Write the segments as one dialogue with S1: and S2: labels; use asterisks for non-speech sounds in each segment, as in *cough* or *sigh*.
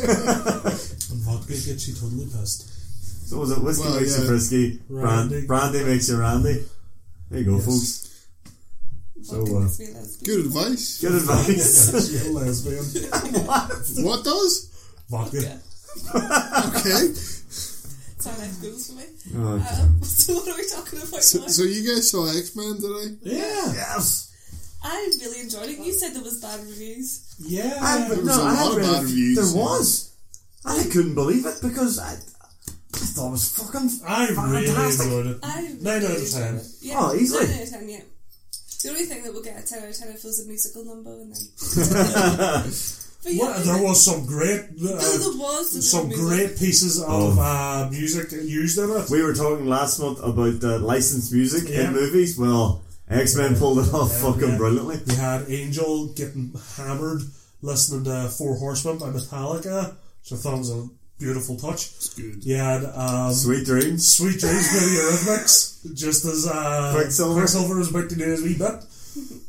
S1: And vodka gets you totally
S2: *laughs*
S1: pissed.
S3: So was it whiskey
S4: Well,
S3: makes
S4: yeah.
S3: you frisky, brandy.
S1: Brandy.
S3: brandy makes you randy. There you go,
S1: Yes.
S3: folks.
S1: Oh,
S3: So
S2: Fucking
S3: uh,
S2: makes me lesbian.
S4: Good advice.
S3: good
S4: *laughs*
S3: advice.
S1: You're a lesbian.
S4: What does?
S1: Vodka.
S4: Okay.
S2: Sound like schools for me.
S3: Oh,
S2: Um, so *laughs* what are we talking about
S4: So,
S2: now?
S4: so you guys saw X Men today?
S1: Yeah.
S3: yes.
S2: I really enjoyed it. You said there was bad reviews.
S1: Yeah.
S3: I,
S4: There was
S3: no,
S4: a
S3: I
S4: lot
S3: had
S4: of
S3: read
S4: bad
S3: a-
S4: reviews.
S3: There was. I couldn't believe it because I, I thought it was fucking.
S1: I really
S3: fantastic.
S1: enjoyed it.
S2: I really
S1: Nine out of
S2: enjoyed
S1: ten.
S2: it. Yeah,
S3: Oh, easily.
S2: Nine out of ten. Yeah. The only thing that will get a ten out of ten if there's a musical number and
S1: *laughs*
S2: then. but yeah,
S1: What,
S2: I-
S1: there was some great,
S2: No,
S1: uh,
S2: there was there
S1: some
S2: was music.
S1: great pieces of uh, music used in it.
S3: We were talking last month about uh, licensed music
S1: Yeah.
S3: in movies. Well, X Men pulled it off
S1: Yeah,
S3: fucking
S1: yeah.
S3: brilliantly.
S1: We had Angel getting hammered listening to Four Horsemen by Metallica, which I thought was a beautiful touch.
S4: It's good.
S1: You had um,
S3: Sweet dreams.
S1: Sweet Dreams by the Eurythmics, just as uh,
S3: Quicksilver.
S1: was about to do his wee bit.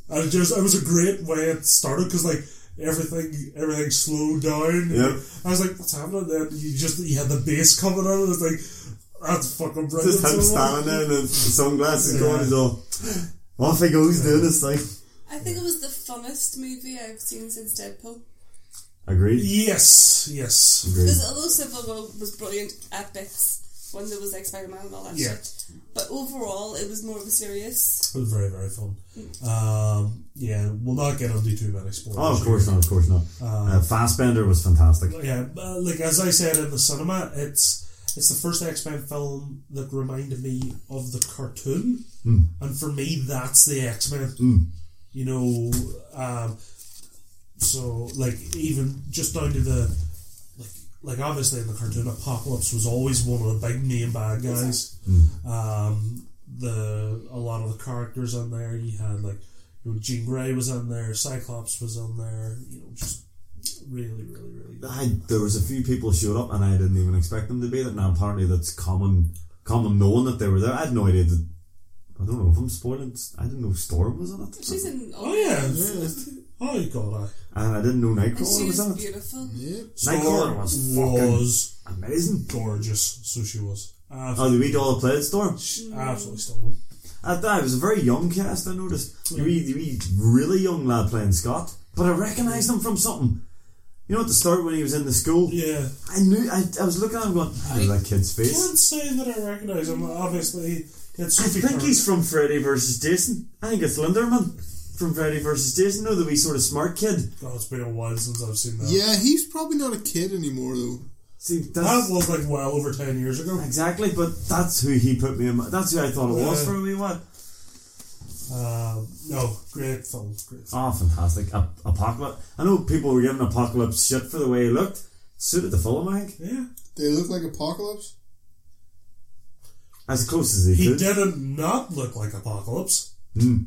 S1: And it just it was a great way it started because like everything everything slowed down.
S3: Yep.
S1: I was like, what's happening? Then you just you had the bass coming on, and it's like that's fucking brilliant.
S3: Just him
S1: So-
S3: standing there and the sunglasses
S1: Yeah.
S3: going. He's all off he goes doing his thing.
S2: I think it was the funnest movie I've seen since Deadpool.
S3: Agreed.
S1: Yes, yes.
S3: Agreed.
S2: Because although Civil War was brilliant at bits when there was like Spider Man and all that
S1: Yeah.
S2: shit, but overall it was more of a serious.
S1: It was very, very fun. Um, yeah, we'll not get into too many spoilers.
S3: Oh, of course
S1: here.
S3: not. Of course not. Uh, Fastbender was fantastic.
S1: Yeah, uh, like as I said in the cinema, it's it's the first X Men film that reminded me of the cartoon, and for me, that's the X Men. You know, um, so like even just down to the like like obviously in the cartoon, Apocalypse was always one of the big name bad guys. Um, the a lot of the characters on there, you had like you know, Jean Grey was on there, Cyclops was on there. You know, just really, really, really. Good.
S3: I, there was a few people showed up and I didn't even expect them to be there. Now apparently that's common, common knowing that they were there. I had no idea that. I don't know if I'm spoiling. I didn't know Storm was in it,
S2: She's in.
S1: Oh yeah, yeah. oh god, I
S3: and I didn't know
S2: And
S3: Nightcrawler
S2: she
S3: was
S2: was
S3: in it.
S2: beautiful.
S4: Yep.
S3: Nightcrawler was fucking
S1: was
S3: amazing.
S1: gorgeous. So she was absolutely,
S3: Oh, the wee doll that played Storm.
S1: absolutely stunning.
S3: I thought it was a very young cast. I noticed the wee, the wee really young lad playing Scott, but I recognised him from something. You know, at the start when he was in the school,
S1: Yeah,
S3: I knew. I, I was looking at him going, "I know that kid's face."
S1: can't say that I recognise him. Obviously, it's
S3: I
S1: Sophie.
S3: think
S1: Turner.
S3: he's from Freddy vs. Jason. I think it's Linderman from Freddy vs. Jason. No, the wee sort of smart kid.
S1: God, it's been a while since I've seen that.
S4: Yeah, he's probably not a kid anymore though.
S3: See,
S1: That
S3: that's
S1: was like well over ten years ago.
S3: exactly. But that's who he put me in. my- That's who I thought it was
S1: Yeah.
S3: for a wee while.
S1: Um, no, great film, great film.
S3: Oh, fantastic! A- Apocalypse. I know people were giving Apocalypse shit for the way he looked. Suited the full I think.
S1: Yeah,
S4: They look like Apocalypse.
S3: As close as he,
S1: he
S3: could. Hmm.
S1: didn't not look like Apocalypse.
S2: He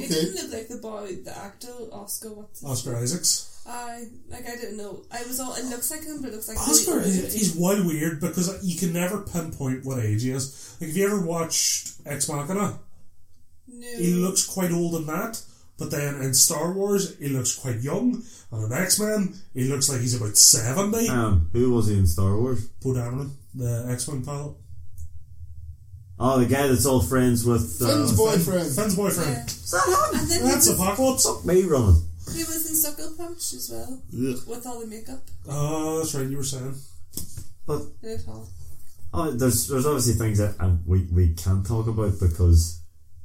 S4: Okay.
S2: didn't look like the boy, the actor Oscar. What's his
S1: Oscar Isaacs.
S2: I like I didn't know. I was all it looks like him, but it looks like
S1: Oscar
S2: really old.
S1: is he's wild weird because you can never pinpoint what age he is. Like, have you ever watched Ex Machina?
S2: No,
S1: he looks quite old in that, but then in Star Wars, he looks quite young. And in X Men, he looks like he's about 70.
S3: Um, who was he in Star Wars?
S1: Poe Dameron, the X Men pilot.
S3: Oh, the guy that's all friends with. Uh,
S4: Finn's boyfriend.
S1: Finn's
S2: Yeah.
S1: boyfriend.
S3: is that him?
S2: And then he
S1: That's
S2: was,
S1: Apocalypse.
S3: Me running.
S2: he was in Sucker Punch as well
S4: Ugh.
S2: with all the makeup
S1: Oh, that's right, you were saying.
S2: in it all.
S3: Oh, there's there's obviously things that um, we we can't talk about because,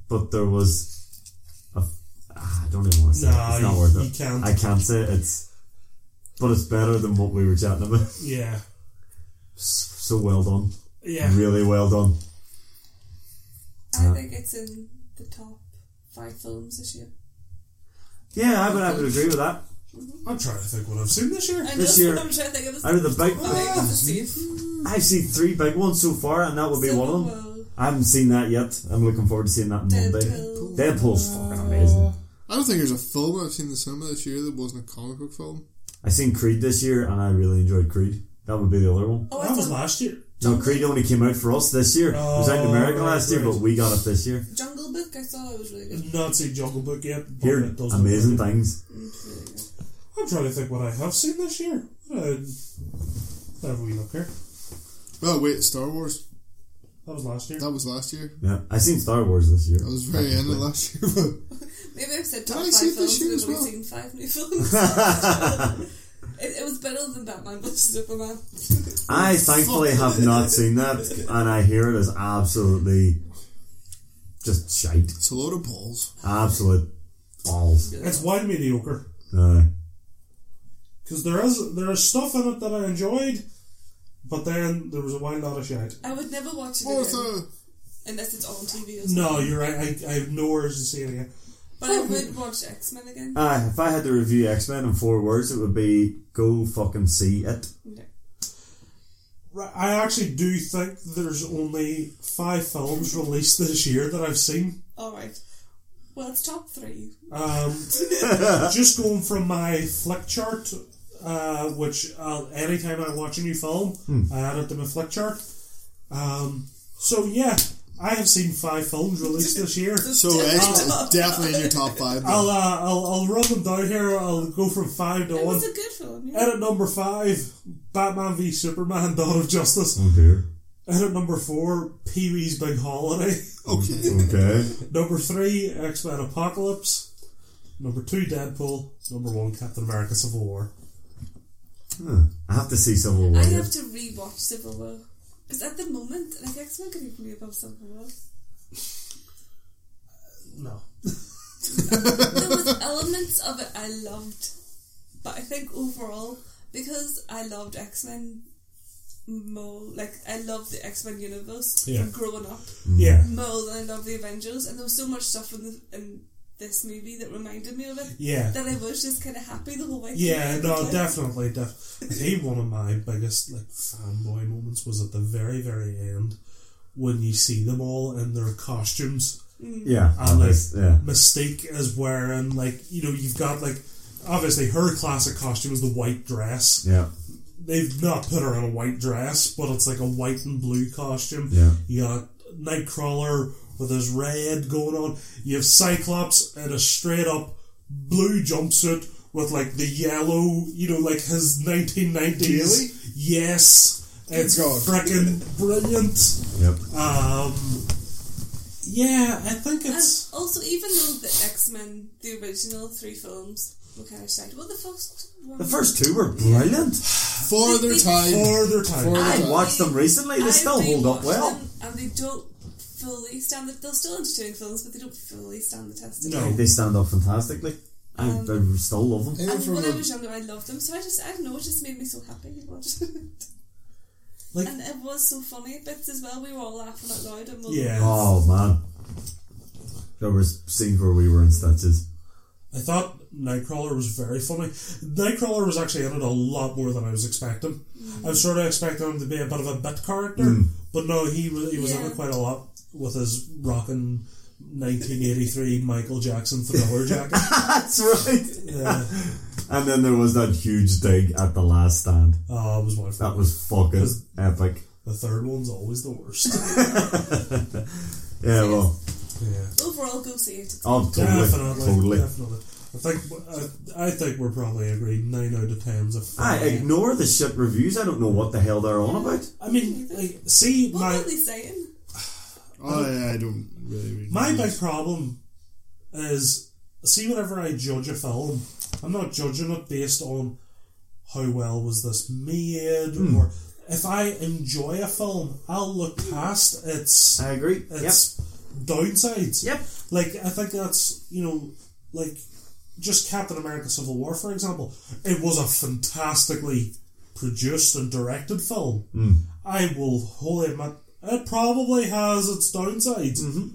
S3: but there was, a, ah, I don't even want to say it.
S1: Nah,
S3: it's not
S1: you-
S3: worth it.
S1: you can't.
S3: I can't say it. it's, but it's better than what we were chatting about. *laughs* S-
S1: Yeah.
S3: so well done,
S1: Yeah.
S3: really well done.
S2: I think it's in the top five films this year.
S3: Yeah, I would I would agree with that.
S1: I'm trying to think what I've seen this year.
S2: I
S3: This
S2: know,
S3: year-
S2: I'm trying to think of the Oh,
S3: Out of the big,
S2: I think it was the same.
S3: I've seen three big ones so far, and that would be one of them.
S2: Civil War,
S3: I haven't seen that yet. I'm looking forward to seeing that Monday.
S2: Deadpool.
S3: Deadpool's fucking amazing.
S4: I don't think there's a film I've seen in the cinema this year that wasn't a comic book film.
S3: I seen Creed this year, and I really enjoyed Creed. That would be the other one.
S2: Oh, I
S1: That was
S2: thought
S1: last year.
S3: No, Creed only came out for us this year. it was out in
S1: Oh,
S3: America
S1: right,
S3: last year,
S1: right.
S3: but we got it this year.
S2: Jungle Book. I saw it was really good.
S1: Not seen Jungle Book yet. but
S3: Here,
S1: it does look
S3: amazing
S1: good.
S3: things.
S1: I'm trying to think what I have seen this year. Uh, have we look here?
S4: Oh wait, Star Wars.
S1: That was last year.
S4: That was last year.
S3: Yeah, I seen Star Wars this year.
S4: That was very end of
S3: technically.
S4: last year. But
S2: Maybe I've said
S4: Did
S2: top
S4: I
S2: five
S4: see it this
S2: films
S4: year
S2: and
S4: as
S2: I've only
S4: well?
S2: seen
S4: *laughs*
S2: five new films. *laughs* it, it was better than Batman vs Superman.
S3: I thankfully have not seen that, and I hear it is absolutely just shite,
S4: it's a load
S3: *laughs*
S4: of balls.
S3: absolute balls.
S1: It's wide mediocre.
S3: Uh,
S1: Because there is there is stuff in it that I enjoyed, but then there was a wild lot of shite.
S2: I would never watch it
S4: What was
S2: again,
S4: the?
S2: unless it's on TV or something.
S1: No, you're right. I, I have no urge to see it again.
S2: But
S4: Oh,
S2: I would watch X Men again.
S3: aye, uh, if I had to review X Men in four words, it would be go fucking see it.
S2: No.
S1: Right, I actually do think there's only five films released this year that I've seen.
S2: All right. Well, it's top three.
S1: Um, just going from my flick chart, uh, which uh, anytime I watch a new film, I add it to my flick chart. Um, so yeah, I have seen five films released this year.
S2: *laughs*
S4: So X is definitely in your top five. then.
S1: I'll, uh, I'll I'll run them down here. I'll go from five to
S2: It
S1: one.
S2: was a good film. Yeah.
S1: Edit number five, Batman v Superman: Dawn of Justice.
S3: Oh dear.
S1: Edit number four, Pee Wee's Big Holiday. *laughs*
S4: Okay.
S3: Okay.
S1: Number three, X Men Apocalypse. Number two, Deadpool. Number one, Captain America: Civil War.
S3: Huh. I have to see Civil War.
S2: I
S3: yet.
S2: have to rewatch Civil War because at the moment, like X Men could even be above something else.
S1: No,
S2: There was elements of it I loved, but I think overall because I loved X Men more, like I loved the X Men universe
S1: Yeah.
S2: from growing up
S3: Mm.
S1: yeah,
S2: more than I loved the Avengers, and there was so much stuff in the, in this movie that reminded me of it
S1: yeah,
S2: that I was just kind of happy the whole way. through.
S1: yeah. No,
S2: Like,
S1: definitely, def- I think one of my biggest like fanboy moments was at the very, very end when you see them all in their costumes.
S3: Yeah.
S1: And like
S3: obvious, yeah.
S1: Mystique is wearing like you know you've got like obviously her classic costume is the white dress.
S3: Yeah.
S1: They've not put her in a white dress, but it's like a white and blue costume.
S3: Yeah.
S1: You got Nightcrawler with his red going on. You have Cyclops in a straight up blue jumpsuit with like the yellow, you know, like his 1990s.
S4: Really?
S1: Yes. It's
S4: God.
S1: freaking brilliant.
S3: Yep.
S1: Um, yeah, I think
S2: And
S1: it's.
S2: also, even though the X Men, the original three films, were kind of shite. Well, the first one.
S3: The first two were brilliant.
S4: For their time.
S1: For their time.
S4: For-
S3: I watched them recently. They
S2: I
S3: still hold up
S2: rewatched
S3: well.
S2: them, and they don't fully stand. The, they're still entertaining films, but they don't fully stand the test of
S1: No.
S2: time.
S3: They stand up fantastically. I, I still love them.
S4: Even
S2: And
S4: from
S2: when I
S4: the,
S2: was younger, I loved them. So I just, I don't know, it just made me so happy. to *laughs* watch it.
S1: Like-
S2: and it was so funny at bits as well. We were all laughing out loud. And we'll-
S1: Yeah.
S3: Oh man, there was scenes where we were in stitches.
S1: I thought Nightcrawler was very funny. Nightcrawler was actually in it a lot more than I was expecting. I was sort of expecting him to be a bit of a bit character, but no, he was he was in
S2: Yeah.
S1: it quite a lot with his rocking 1983 Michael Jackson thriller jacket.
S3: That's right.
S1: Yeah.
S3: And then there was that huge dig at the last stand.
S1: Oh, it was my
S3: That
S1: fault.
S3: was fucking epic.
S1: The third one's always the worst. *laughs*
S3: Yeah, well,
S1: yeah.
S2: Overall, go see it.
S3: oh, totally,
S1: Definitely.
S3: totally.
S1: Definitely. I think I, I think we're probably agreed nine out of ten's a
S3: I
S1: fine.
S3: ignore the shit reviews. I don't know what the hell they're on about.
S1: I mean, like, see
S2: What
S1: my
S2: were they saying?
S3: *laughs*
S4: oh, yeah, I don't really. read
S1: My
S4: reviews.
S1: big problem is see whenever I judge a film, I'm not judging it based on how well was this made or if I enjoy a film, I'll look past its
S3: I agree. Yep.
S1: its downsides.
S3: Yep.
S1: Like I think that's you know like just Captain America: Civil War for example. It was a fantastically produced and directed film.
S3: Mm.
S1: I will wholly admit it probably has its downsides.
S3: Mm-hmm.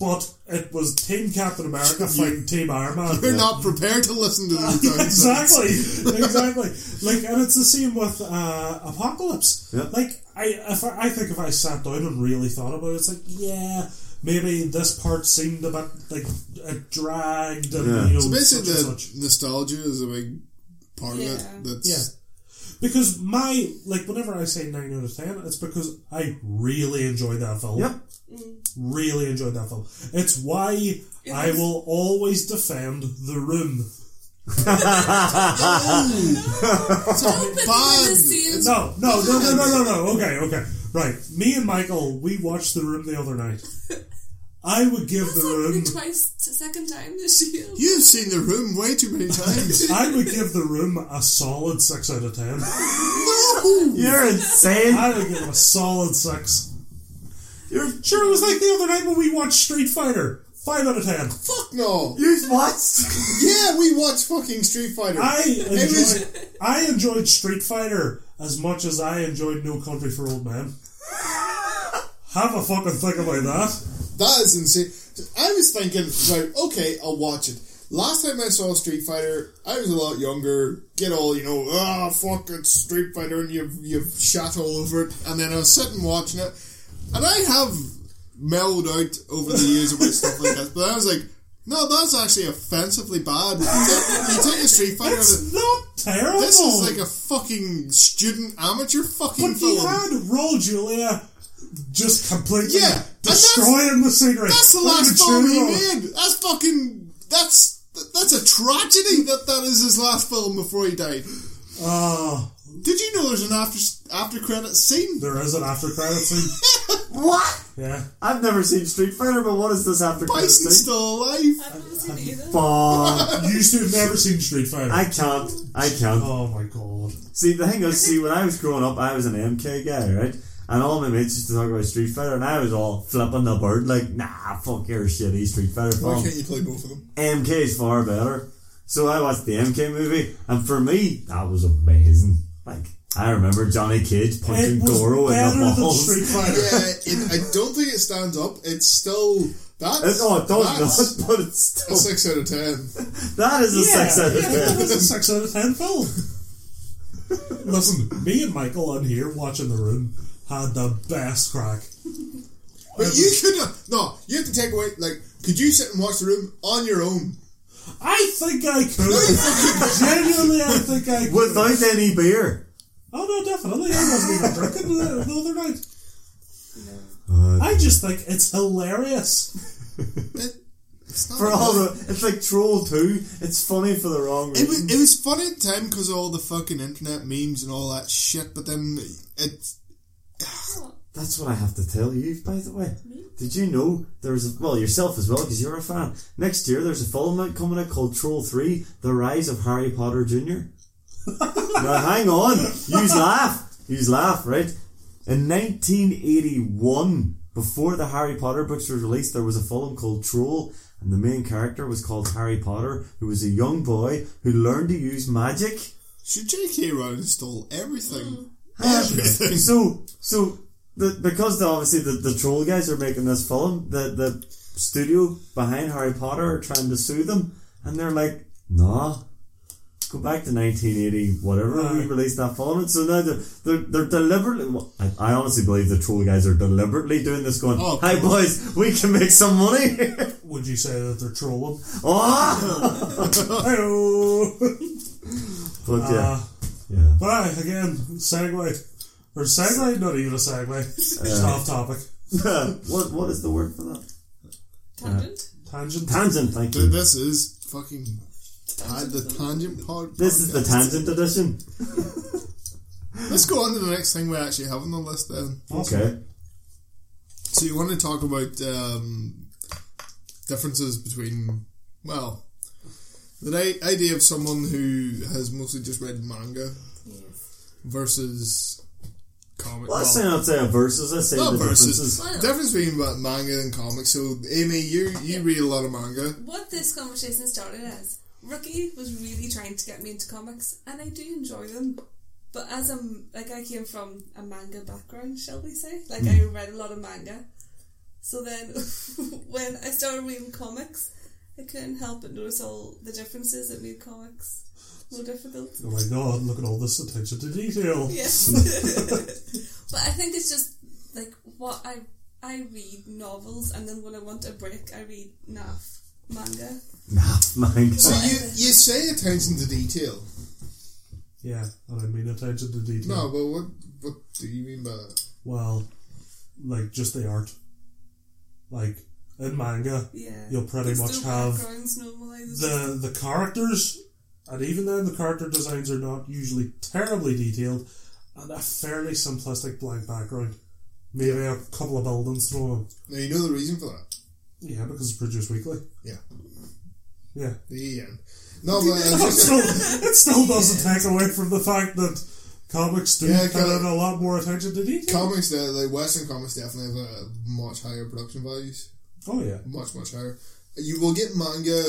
S1: But it was Team
S3: *laughs*
S1: Captain America fighting Team Iron Man.
S4: You're not prepared to listen to the
S1: *laughs* Yeah,
S4: yeah,
S1: exactly, exactly. Like, and it's the same with uh, Apocalypse.
S3: Yeah.
S1: Like, I, if I, I think if I sat down and really thought about it, it's like, yeah, maybe this part seemed a bit like it dragged, and
S3: Yeah.
S1: you know,
S4: So basically,
S1: such
S4: the
S1: and such.
S4: nostalgia is a big part of
S2: Yeah.
S4: it. That's
S1: Yeah. Because my like, whenever I say nine out of ten, it's because I really enjoyed that film.
S3: Yep.
S1: Really enjoyed that film. It's why I will always defend The Room.
S2: Don't put them in the
S4: bad.
S2: same
S1: No, no, no, no, no, no, no. Okay, okay. Right. Me and Michael, we watched The Room the other night. I would give
S2: That's
S1: The
S2: like
S1: Room.
S2: the twice, second time this year.
S4: You've seen the room way too many
S1: *laughs*
S4: times.
S1: I would give The Room a solid 6 out of 10.
S3: You're insane.
S1: I would give it a solid 6.
S3: You're
S1: Sure, it was like the other night when we watched Street Fighter. 5 out of 10.
S4: Fuck no.
S3: you watched.
S4: Yeah, we watch fucking Street Fighter.
S1: I
S4: *laughs* It was-
S1: enjoyed, I enjoyed Street Fighter as much as I enjoyed No Country for
S4: *laughs*
S1: Old Men. Have a fucking think about that.
S4: That is insane. I was thinking, right, okay, I'll watch it. Last time I saw Street Fighter, I was a lot younger. Get all, you know, ah, fuck, it's Street Fighter, and you've, you've shat all over it. And then I was sitting watching it, and I have mellowed out over the years about stuff like this, but I was like, no, that's actually offensively bad. You take, you take a Street Fighter, and
S1: It's not terrible.
S4: this is like a fucking student amateur fucking
S1: But
S4: film.
S1: he had Raul Julia just completely
S4: Yeah, and that's-
S1: destroying the scenery.
S4: That's the
S1: Look at
S4: last film he
S1: Julia.
S4: made. That's fucking. That's that's a tragedy that that is his last film before he died.
S1: Ah,
S4: Did you know there's an after after credit scene?
S1: there is an after credits scene.
S3: *laughs* What?
S1: Yeah.
S3: I've never seen Street Fighter, but what is this after credits
S4: Bison's
S3: thing?
S4: still alive.
S2: I've never seen either.
S3: Fuck.
S1: You used to have never seen Street Fighter.
S3: I can't. I can't.
S1: oh my god.
S3: See, the thing is, see, when I was growing up, I was an MK guy, right? And all my mates used to talk about Street Fighter, and I was all flipping the bird, like, nah, fuck your shitty Street Fighter film.
S4: you play both of them?
S3: MK is far better. So I watched the MK movie, and for me, that was amazing. Like, I remember Johnny Cage punching
S1: It was
S3: Goro in
S1: better
S3: the
S1: than
S3: balls.
S1: Street Fighter.
S4: Yeah, it, I don't think it stands up. It's still that's
S3: *laughs* It, oh, it
S4: that's
S3: does not, but it's still.
S4: A six out
S3: *laughs*
S4: of ten.
S3: that is a
S1: Yeah,
S3: six out of
S1: yeah, that
S3: ten.
S1: *laughs* was a
S3: *laughs*
S1: six out of ten film. Listen, me and Michael on here watching the room had the best crack.
S4: But you could not. No, you have to take away. Like, could you sit and watch the room on your own?
S1: I think I
S4: *laughs*
S1: could. Genuinely, I think I could.
S3: Without any beer.
S1: Oh no, definitely. I wasn't even drinking the, the other night.
S3: Uh,
S1: I just think it's hilarious.
S4: It, it's not
S3: for all the, it's like Troll 2, it's funny for the wrong
S4: It was,
S3: reason.
S4: it was funny at the time because of all the fucking internet memes and all that shit, but then it's
S3: That's what I have to tell you, by the way. Did you know there's a, well yourself as well because you're a fan. Next year there's a film out coming out called Troll Three: The Rise of Harry Potter Junior. now hang on, use laugh, use laugh, right? In 1981, before the Harry Potter books were released, there was a film called Troll, and the main character was called Harry Potter, who was a young boy who learned to use magic.
S4: should J.K. Rowling stole everything? *laughs*
S3: Yeah. so so the, because the, obviously the, the troll guys are making this film, the the studio behind Harry Potter are trying to sue them, and they're like, nah. Go back to 1980, whatever, we
S1: Aye.
S3: released that film. And so now they're, they're, they're deliberately. well, I, I honestly believe the troll guys are deliberately doing this, going,
S4: Oh, of
S3: Hi, boys, we can make some money. *laughs*
S1: Would you say that they're trolling? oh,
S3: oh!
S1: *laughs* Hey-oh.
S3: But yeah.
S1: Uh,
S3: yeah.
S1: but aye, again, segue. Or segue, not even a segue. Just off topic.
S3: *laughs* what, what is the word for that?
S2: Tangent.
S1: Tangent.
S3: Tangent, thank
S4: Th-
S3: you.
S4: This is fucking ta- the tangent pod.
S3: This is the
S4: podcast.
S3: tangent edition.
S4: Let's go on to the next thing we actually have on the list then.
S1: Awesome.
S3: Okay.
S4: So you want to talk about um, differences between well, the i- idea of someone who has mostly just read manga
S2: Yes.
S4: versus comic.
S3: Well, I
S4: well,
S3: say not say a versus. I say
S4: Not
S3: the
S4: versus.
S3: differences.
S2: Well,
S4: Difference between ma- manga and comics. So, Amy, you you read a lot of manga.
S2: what this conversation started as Rookie was really trying to get me into comics, and I do enjoy them. But as I'm like, I came from a manga background, shall we say? Like, I read a lot of manga. So then, *laughs* when I started reading comics, I couldn't help but notice all the differences that made comics more difficult. *laughs*
S1: Oh my god, look at all this attention to detail.
S2: Yes. *laughs* but I think it's just like what I I read novels and then when I want a break I read NAF manga.
S3: Nah, man.
S4: So you you say attention to detail.
S1: Yeah, and I mean attention to detail.
S4: No, but what what do you mean by that?
S1: Well, like just the art. Like in manga,
S2: Yeah.
S1: You'll pretty
S2: There's
S1: much
S2: no
S1: have
S2: backgrounds normally. There's
S1: the the characters And even then, the character designs are not usually terribly detailed, and a fairly simplistic blank background. Maybe a couple of buildings thrown in.
S4: Now you know the reason for that.
S1: Yeah, because it's produced weekly.
S4: Yeah.
S1: Yeah. *laughs*
S4: The end. No, but uh,
S1: It still, it still doesn't take away from the fact that comics do
S4: Yeah,
S1: put
S4: kinda-
S1: in a lot more attention to detail.
S4: comics, uh, like Western comics, definitely have uh, much higher production values.
S1: Oh, yeah.
S4: much much higher. You will get manga.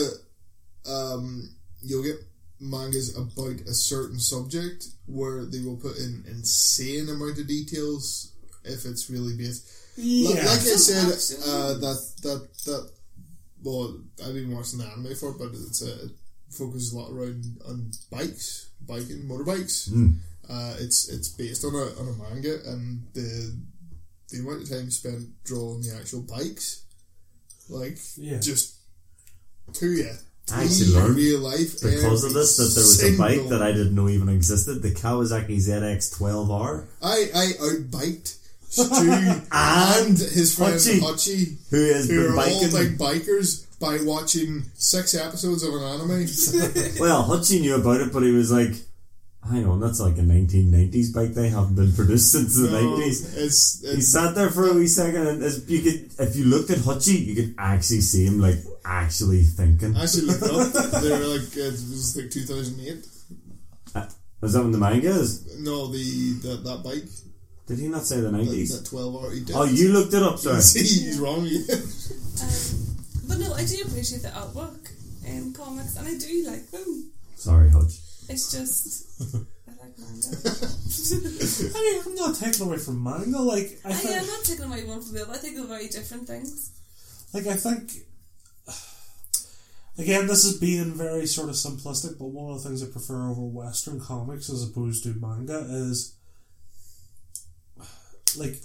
S4: Um, you'll get mangas about a certain subject where they will put in insane amount of details if it's really based.
S1: Yeah.
S4: Like, like I
S2: Some
S4: said,
S2: action.
S4: uh, that that that. Well, I've been watching the anime for it, but it's uh, it focuses a lot around on bikes, biking, motorbikes.
S3: Hmm.
S4: Uh, it's it's based on a on a manga, and the the amount of time spent drawing the actual bikes, like
S1: Yeah.
S4: just to you.
S3: I actually learned
S4: real life
S3: because of
S4: every
S3: this that there was a bike
S4: single-
S3: that I didn't know even existed, the Kawasaki ZX12R,
S4: I I
S3: *laughs*
S4: outbiked Stu
S3: Ah.
S4: and his friend
S3: Hutchie.
S4: Hutchie,
S3: who has
S4: who
S3: been
S4: are all
S3: biking.
S4: like bikers by watching six episodes of an
S3: *laughs*
S4: anime.
S3: well, Hutchie knew about it, but he was like, "Hang on, that's like a 1990s bike. They haven't been produced *laughs* since the 90s."
S4: it's
S3: He
S4: it's
S3: sat there for a wee second, and as you could, if you looked at Hutchie, you could actually see him like actually thinking.
S4: I actually looked it
S3: *laughs*
S4: up. They were like it was like 2008.
S3: Is that when the manga is?
S4: No, the, the that bike
S3: Did he not say the
S4: that,
S3: 90s?
S4: that 12 hour. He did.
S3: Oh,
S4: *laughs*
S3: you looked it up, sorry.
S4: See, he's wrong. *laughs*
S2: Um, but no, I do appreciate the artwork in comics, and I do like them.
S3: Sorry, Hutch.
S4: *laughs*
S2: It's just I like manga. *laughs*
S1: I mean, I'm not taking away from manga. Like, I
S2: I,
S1: think,
S2: am not taking away one from the other. I think they're very different things.
S1: like I think, again, this is being very sort of simplistic. But one of the things I prefer over Western comics as opposed to manga is, like,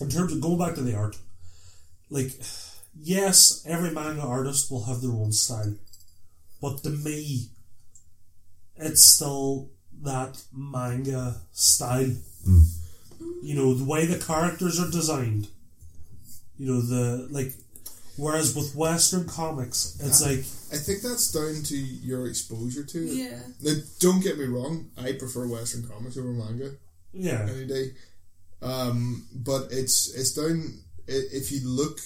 S1: in terms of going back to the art, like, yes, every manga artist will have their own style, but to me, it's still that manga style. You know, the way the characters are designed. You know, the, like, whereas with Western comics, it's like,
S4: I think that's down to your exposure to it.
S2: Yeah.
S4: Now, don't get me wrong. I prefer Western comics over manga.
S1: yeah,
S4: any day. Um, but it's it's down. i- If you look,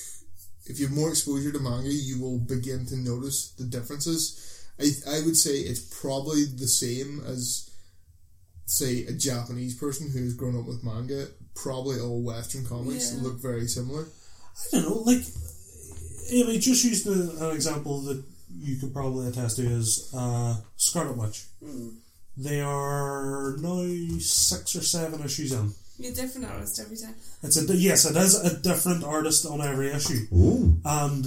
S4: if you have more exposure to manga, you will begin to notice the differences. I I would say it's probably the same as, say, a Japanese person who's grown up with manga. Probably all Western comics
S2: Yeah.
S4: look very similar.
S1: I don't know, like, I mean, just use the, an example that you could probably attest to is uh, Scarlet Witch. They are now six or seven issues in.
S2: You're different artist every time.
S1: It's a yes, it is a different artist on every issue,
S3: Ooh.
S1: and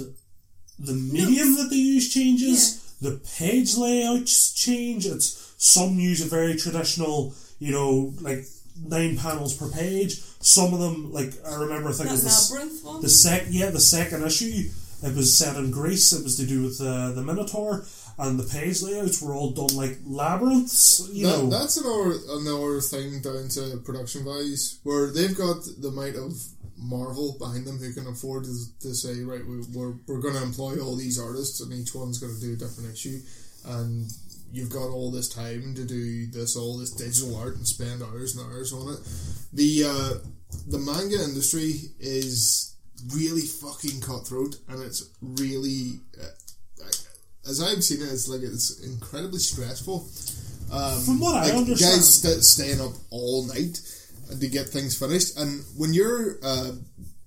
S1: the medium that they use changes. The page layouts change. It's some use a very traditional, you know, like nine panels per page. Some of them, like I remember, I think it
S2: That
S1: was this-
S2: labyrinth one.
S1: the sec yeah the second issue it was set in Greece. It was to do with uh, the Minotaur, and the page layouts were all done like labyrinths. You
S4: That,
S1: know,
S4: that's another another thing down to production values, where they've got the might of Marvel behind them who can afford to, to say, right, we, we're, we're going to employ all these artists and each one's going to do a different issue, and you've got all this time to do this, all this digital art, and spend hours and hours on it. The uh, the manga industry is really fucking cutthroat, and it's really. Uh, as I've seen it, it's like it's incredibly stressful. Um,
S1: From what I
S4: like,
S1: understand-
S4: guys st- staying up all night to get things finished, and when you're uh,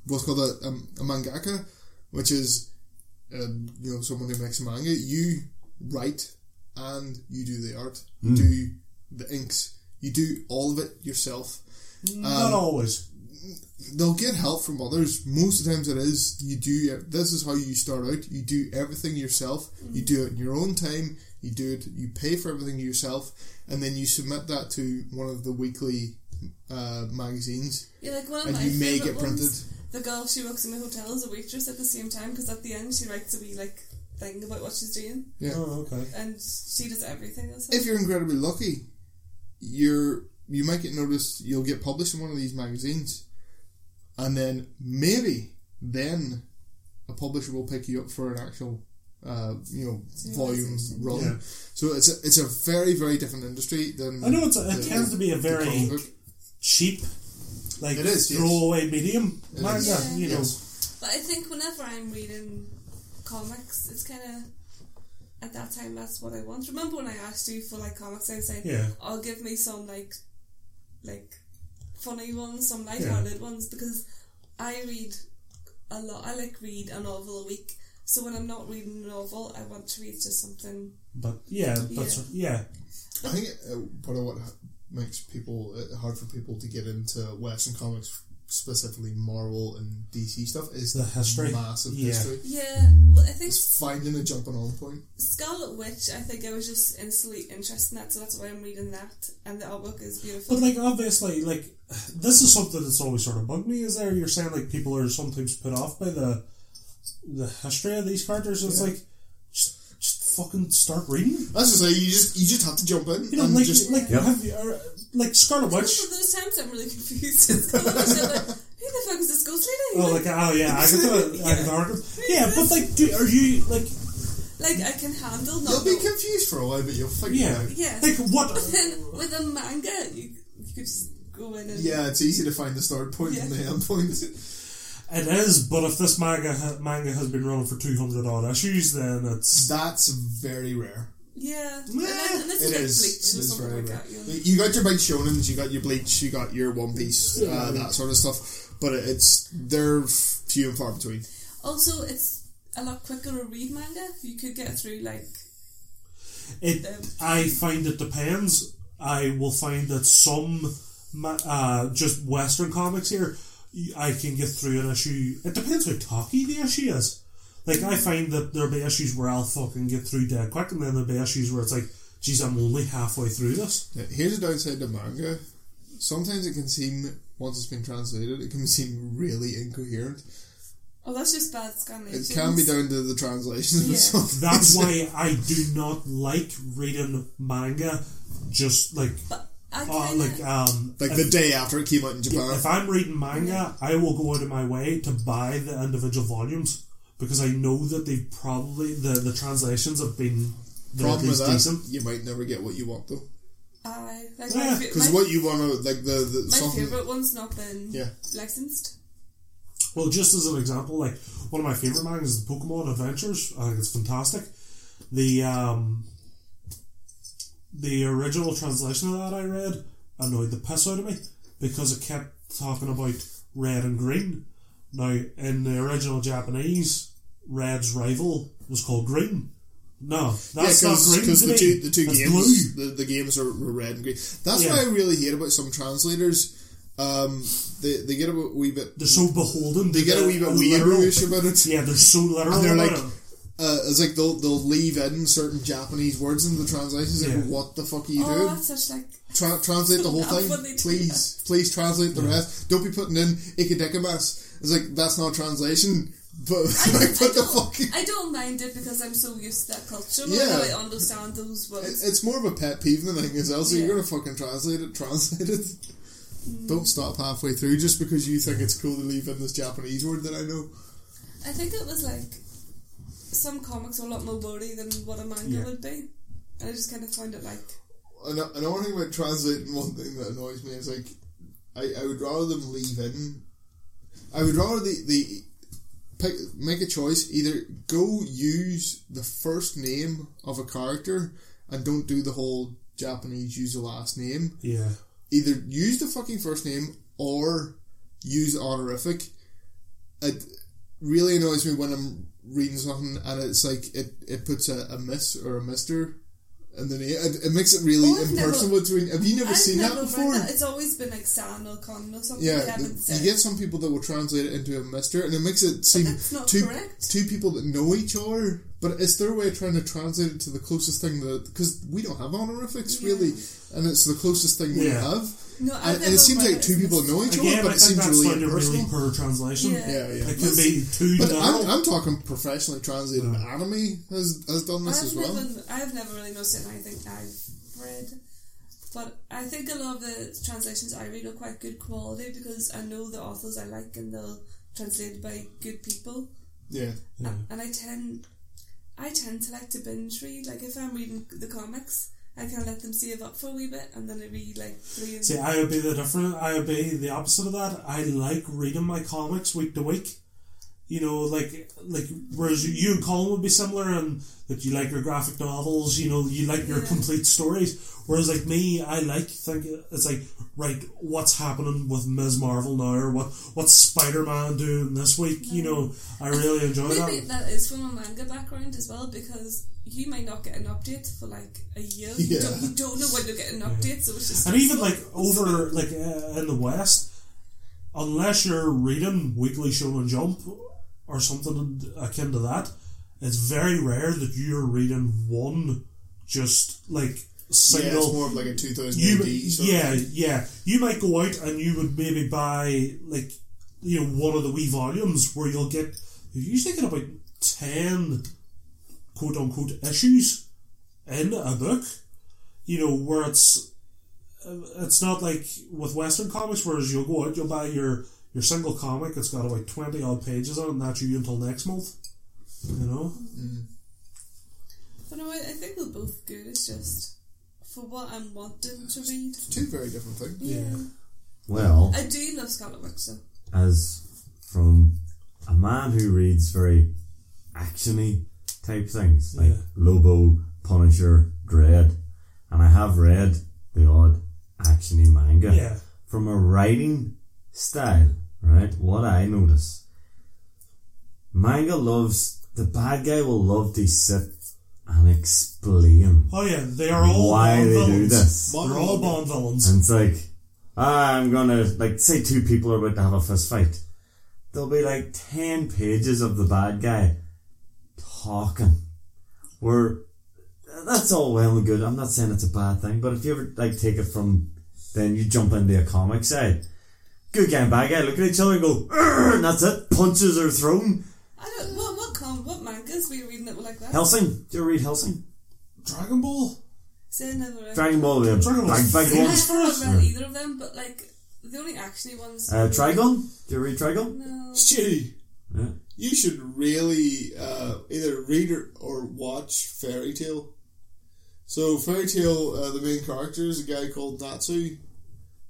S4: what's called a, um, a mangaka, which is um, you know someone who makes manga, you write and you do the art, you do the inks, you do all of it yourself. um,
S1: not always.
S4: They'll get help from others. Most of the times it is you do. it- This is how you start out. You do everything yourself. You do it in your own time. You do it. You pay for everything yourself, and then you submit that to one of the weekly uh, magazines,
S2: You're like one of
S4: and
S2: Oh my
S4: you may
S2: favourite
S4: get printed.
S2: ones. The girl she works in the hotel is a waitress at the same time because at the end she writes a wee like thing about what she's doing
S4: Yeah.
S1: Oh, okay.
S2: and she does everything herself.
S4: if you're incredibly lucky, you're you might get noticed. You'll get published in one of these magazines, and then maybe then a publisher will pick you up for an actual uh, you know
S2: Serialization.
S4: volume run.
S1: Yeah.
S4: So it's a, it's a very very different industry than
S1: I know it's a, it
S4: the-
S1: tends to be a
S4: the
S1: very
S4: comic book.
S1: cheap, like
S4: It is, yes.
S1: throwaway medium
S4: It
S1: manga.
S4: is,
S2: Yeah.
S1: You know,
S4: yes.
S2: But I think whenever I'm reading comics, it's kind of at that time that's what I want. Remember when I asked you for like comics? I was saying,
S1: Yeah.
S2: "I'll give me some like, like funny ones, some
S1: Yeah.
S2: light-hearted ones," because I read a lot. I like read a novel a week. So when I'm not reading a novel, I want to read just something.
S1: but yeah, that's yeah,
S4: I think uh, part of what ha- makes people it hard for people to get into Western comics, specifically Marvel and DC stuff, is
S1: The history.
S4: massive
S1: Yeah.
S4: history.
S2: Yeah, well, I think
S4: It's finding a jumping on point.
S2: Scarlet Witch. I think I was just instantly interested in that, so that's why I'm reading that. And the artwork is beautiful.
S1: But like obviously, like this is something that's always sort of bugged me. Is there you're saying like people are sometimes put off by the the history of these characters? It's like just just fucking start reading.
S4: That's just say you just you just have to jump in
S1: You know,
S4: and
S1: like
S4: just
S1: like
S3: Yeah.
S1: have you, or, like Scarlet Witch.
S2: Both of those times I'm really confused. *laughs* It's kind of like, who the fuck is this ghost lady?
S1: Oh, like oh yeah, Agatha,
S2: Yeah.
S1: Agatha Harkness. Yeah, but like, do, are you like
S2: like, I can handle
S4: you'll
S2: not.
S4: be confused for a while, but you'll figure
S1: Yeah.
S4: it out.
S2: yeah. *laughs*
S1: like what?
S2: But then with a manga, you, you could just go in and
S4: Yeah, it's easy to find the start point and the
S2: Yeah.
S4: end point.
S1: It is, but if this manga ha- manga has been running for two hundred odd issues, then it's
S4: That's very rare.
S2: yeah. And,
S1: Meh.
S2: then, and this
S4: It
S2: like
S4: is.
S2: Bleach
S4: It
S2: or
S4: is
S2: something
S4: very
S2: like
S4: rare.
S2: that. You know?
S4: You got your big shonens, you got your bleach, you got your One Piece, uh, that sort of stuff. But it- it's they're few and far between.
S2: Also, it's a lot quicker to read manga. You could get through like
S1: it. I find it depends. I will find that some ma- uh, just Western comics here, y- I can get through an issue. It depends how talky the issue is. Like I find that there'll be issues where I'll fucking get through dead quick, and then there'll be issues where it's like, geez, I'm only halfway through this.
S4: Now, Here's a downside to manga. Sometimes it can seem, once it's been translated, it can seem really incoherent.
S2: oh that's just bad scanning.
S4: It can be down to the translation of
S2: Yeah.
S4: something.
S1: That's why I do not like reading manga. Just like,
S2: But I
S1: uh,
S2: kind
S1: like,
S2: of
S1: um,
S4: Oh, Like the day after it came out in Japan.
S1: If I'm reading manga, I will go out of my way to buy the individual volumes because I know that they've probably the, the translations have been they're at
S4: Problem with
S1: least
S4: that,
S1: decent.
S4: you might never get what you want though.
S2: I like
S1: Yeah,
S2: my, fa-
S4: Because
S2: my,
S4: what you want to, like the, the
S2: my
S4: something.
S2: favorite one's not been
S4: Yeah.
S2: licensed.
S1: Well, just as an example, like one of my favorite mangas is Pokemon Adventures. I think it's fantastic. The um, the original translation of that I read annoyed the piss out of me because it kept talking about red and green. Now, in the original Japanese, red's rival was called green. No, that's
S4: yeah,
S1: not green
S4: because
S1: to
S4: the
S1: me.
S4: two, the two
S1: That's
S4: games, the, the games are are red and green. That's
S1: Yeah.
S4: what I really hate about some translators. Um, they, they get a wee bit,
S1: They're so beholden.
S4: they get a wee bit weirdish about it.
S1: Yeah, they're so literal.
S4: And they're
S1: about
S4: like,
S1: it.
S4: uh, it's like they'll they'll leave in certain Japanese words into the translations.
S1: Yeah.
S4: Like, what the fuck are you
S2: Oh,
S4: doing?
S2: that's such like
S4: Tra- translate the whole
S2: That's
S4: thing,
S2: what they do,
S4: please. Please translate the rest. Don't be putting in ikidekamas. It's like that's not translation. But *laughs* like,
S2: I
S4: what the
S2: don't-
S4: fuck?
S2: I don't mind it because I'm so used to that culture.
S4: Yeah.
S2: Yeah. I understand those
S4: It-
S2: words.
S4: It's more of a pet peeve than anything else. So
S2: Yeah.
S4: you're gonna fucking translate it. Translate it. Don't stop halfway through just because you think it's cool to leave in this Japanese word that I know.
S2: I think it was like some comics are a lot more wordy than what a manga
S1: Yeah.
S2: would be. And I just kind of find it like,
S4: Ano- Another thing about translating, one thing that annoys me is like, I, I would rather them leave in. I would rather the the pick make a choice. Either go use the first name of a character and don't do the whole Japanese use the last name,
S1: yeah,
S4: either use the fucking first name or use honorific. It really annoys me when I'm reading something and it's like it, it puts a, a miss or a mister in the name. It, it makes it really
S2: Oh, I've
S4: impersonal between. Have you never
S2: I've
S4: seen
S2: never
S4: that
S2: read
S4: before?
S2: that. It's always been like San or Con or something.
S4: Yeah,
S2: they haven't
S4: the-
S2: said.
S4: you get some people that will translate it into a mister, and it makes it seem
S2: that's not
S4: two
S2: correct.
S4: two people that know each other. But it's their way of trying to translate it to the closest thing that because we don't have honorifics
S2: Yeah.
S4: really, and it's the closest thing we
S1: Yeah.
S4: have.
S2: no,
S4: And,
S2: I've
S4: and
S2: never
S4: it seems
S2: read
S4: like two
S2: It's-
S4: people know each other,
S1: again,
S4: but
S1: I
S4: it
S1: think
S4: seems
S1: that's
S4: really
S1: like a really
S4: impersonal.
S1: poor translation.
S2: Yeah.
S4: Yeah, yeah.
S1: It could be too
S4: But
S1: literal.
S4: I'm, I'm talking professionally translated anime has, has done this as
S2: I've
S4: well.
S2: never, I've never really noticed it. and I think I've read, but I think a lot of the translations I read are quite good quality because I know the authors I like and they're translated by good people.
S4: Yeah,
S2: And- and I tend, I tend to like to binge read. Like if I'm reading the comics, I kind of let them save up for a wee bit, and then I read like three. And
S1: See, I would be the different. I would be the opposite of that. I like reading my comics week to week. You know, like like whereas you, you and Colin would be similar, and that you like your graphic novels. You know, you like your
S2: Yeah.
S1: complete stories. Whereas like me, I like think it's like right, what's happening with Ms. Marvel now, or what what's Spider Man doing this week? You know, I really enjoy
S2: Maybe
S1: that.
S2: that is from a manga background as well, because you might not get an update for like a year. You,
S4: Yeah.
S2: don't, you don't know when you''ll get an update, so it's just
S1: And even like over like uh, in the West, unless you're reading Weekly Shonen Jump or something akin to that, it's very rare that you're reading one just like
S4: yeah, it's
S1: single.
S4: more of like a 2000
S1: you,
S4: AD sort of
S1: yeah, yeah. You might go out and you would maybe buy like you know one of the wee volumes where you'll get you're usually get about ten quote unquote issues in a book. You know where it's it's not like with Western comics, whereas you'll go out, you'll buy your, your single comic, it's got about 20 odd pages on it, and that's you until next month. You know?
S2: But no, I, I think they're both good. It's just for what I'm wanting to read.
S4: Two very different things.
S1: Yeah.
S3: Well,
S2: I do love Scarlet Witch though.
S3: as from a man who reads very actiony type things like
S1: Yeah.
S3: Lobo, Punisher, Dread, and I have read the odd actiony manga.
S1: Yeah.
S3: From a writing style, right? What I notice, manga loves the bad guy will love to sit and explain
S1: Oh, yeah, they are all
S3: why
S1: Bond
S3: they
S1: villains.
S3: do this.
S1: They're all Bond villains.
S3: And it's like, I'm gonna, like, say two people are about to have a fist fight. There'll be like 10 pages of the bad guy talking. Where, that's all well and good. I'm not saying it's a bad thing, but if you ever, like, take it from, then you jump into a comic side. Good guy and bad guy look at each other and go, "Arr," and that's it. Punches are thrown.
S2: I don't what what com what mangas were you reading that were like that?
S3: Helsing. Do you read Helsing?
S1: Dragon Ball?
S2: Say another round.
S3: Dragon Ball, uh, the
S1: Dragon Ball's
S3: big, big
S2: I
S1: famous
S3: one.
S1: Ball's first.
S2: haven't read either of them, but like the only actiony ones.
S3: Uh, Trigon? Do you read Trigon?
S2: no.
S4: Stewie,
S3: Yeah.
S4: you should really uh, either read or, or watch Fairy Tale. So Fairy Tale, uh, the main character is a guy called Natsu,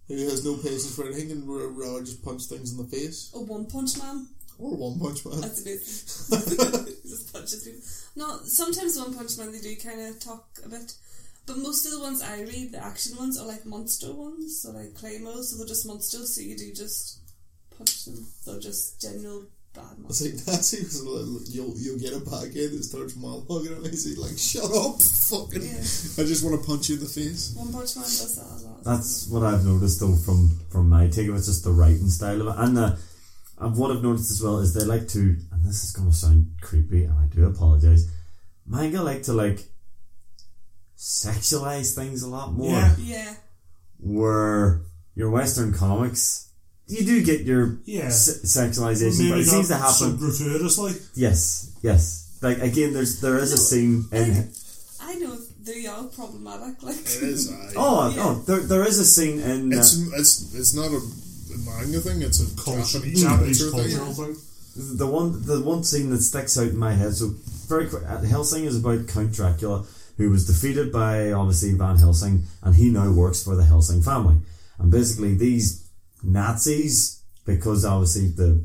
S4: who has no patience for anything and would rather just punch things in the face
S2: Or One Punch Man.
S4: or One Punch Man.
S2: That's
S3: *laughs*
S2: amazing. *laughs* Just punches people. No, sometimes One Punch Man they do kind of talk a bit, but most of the ones I read, the action ones, are like monster ones, so like Claymores, so they're just monsters, so you do just punch them. They're just general bad
S4: It's *laughs* like
S2: monsters.
S4: Natsu was a little, you'll you'll get a bad guy that starts monologuing at me. He's like, "Shut up, *laughs* fucking!
S2: Yeah.
S4: I just want to punch you in the face."
S2: One Punch Man does that a lot.
S3: That's what I've noticed though from from my take of it, just the writing style of it, and the and what I've noticed as well is they like to, and this is going to sound creepy, and I do apologize. Manga like to like sexualize things a lot more.
S1: Yeah.
S2: yeah.
S3: Where your Western comics, you do get your
S1: Yeah.
S3: se- sexualization, but
S1: Maybe
S3: it seems to
S1: not
S3: happen.
S1: so gratuitously.
S3: yes, yes. Like again, there's there is a scene in
S2: I, I know they are problematic. Like
S4: It is. I,
S3: oh
S2: Yeah.
S3: oh there, there is a scene in uh,
S4: It's it's it's not a manga thing. It's a
S1: Culture,
S4: Japanese,
S1: Japanese
S4: culture thing.
S1: cultural thing.
S3: The one, the one scene that sticks out in my head. So very quick, uh, Helsing is about Count Dracula, who was defeated by obviously Van Helsing, and he now works for the Helsing family. And basically, these Nazis, because obviously the,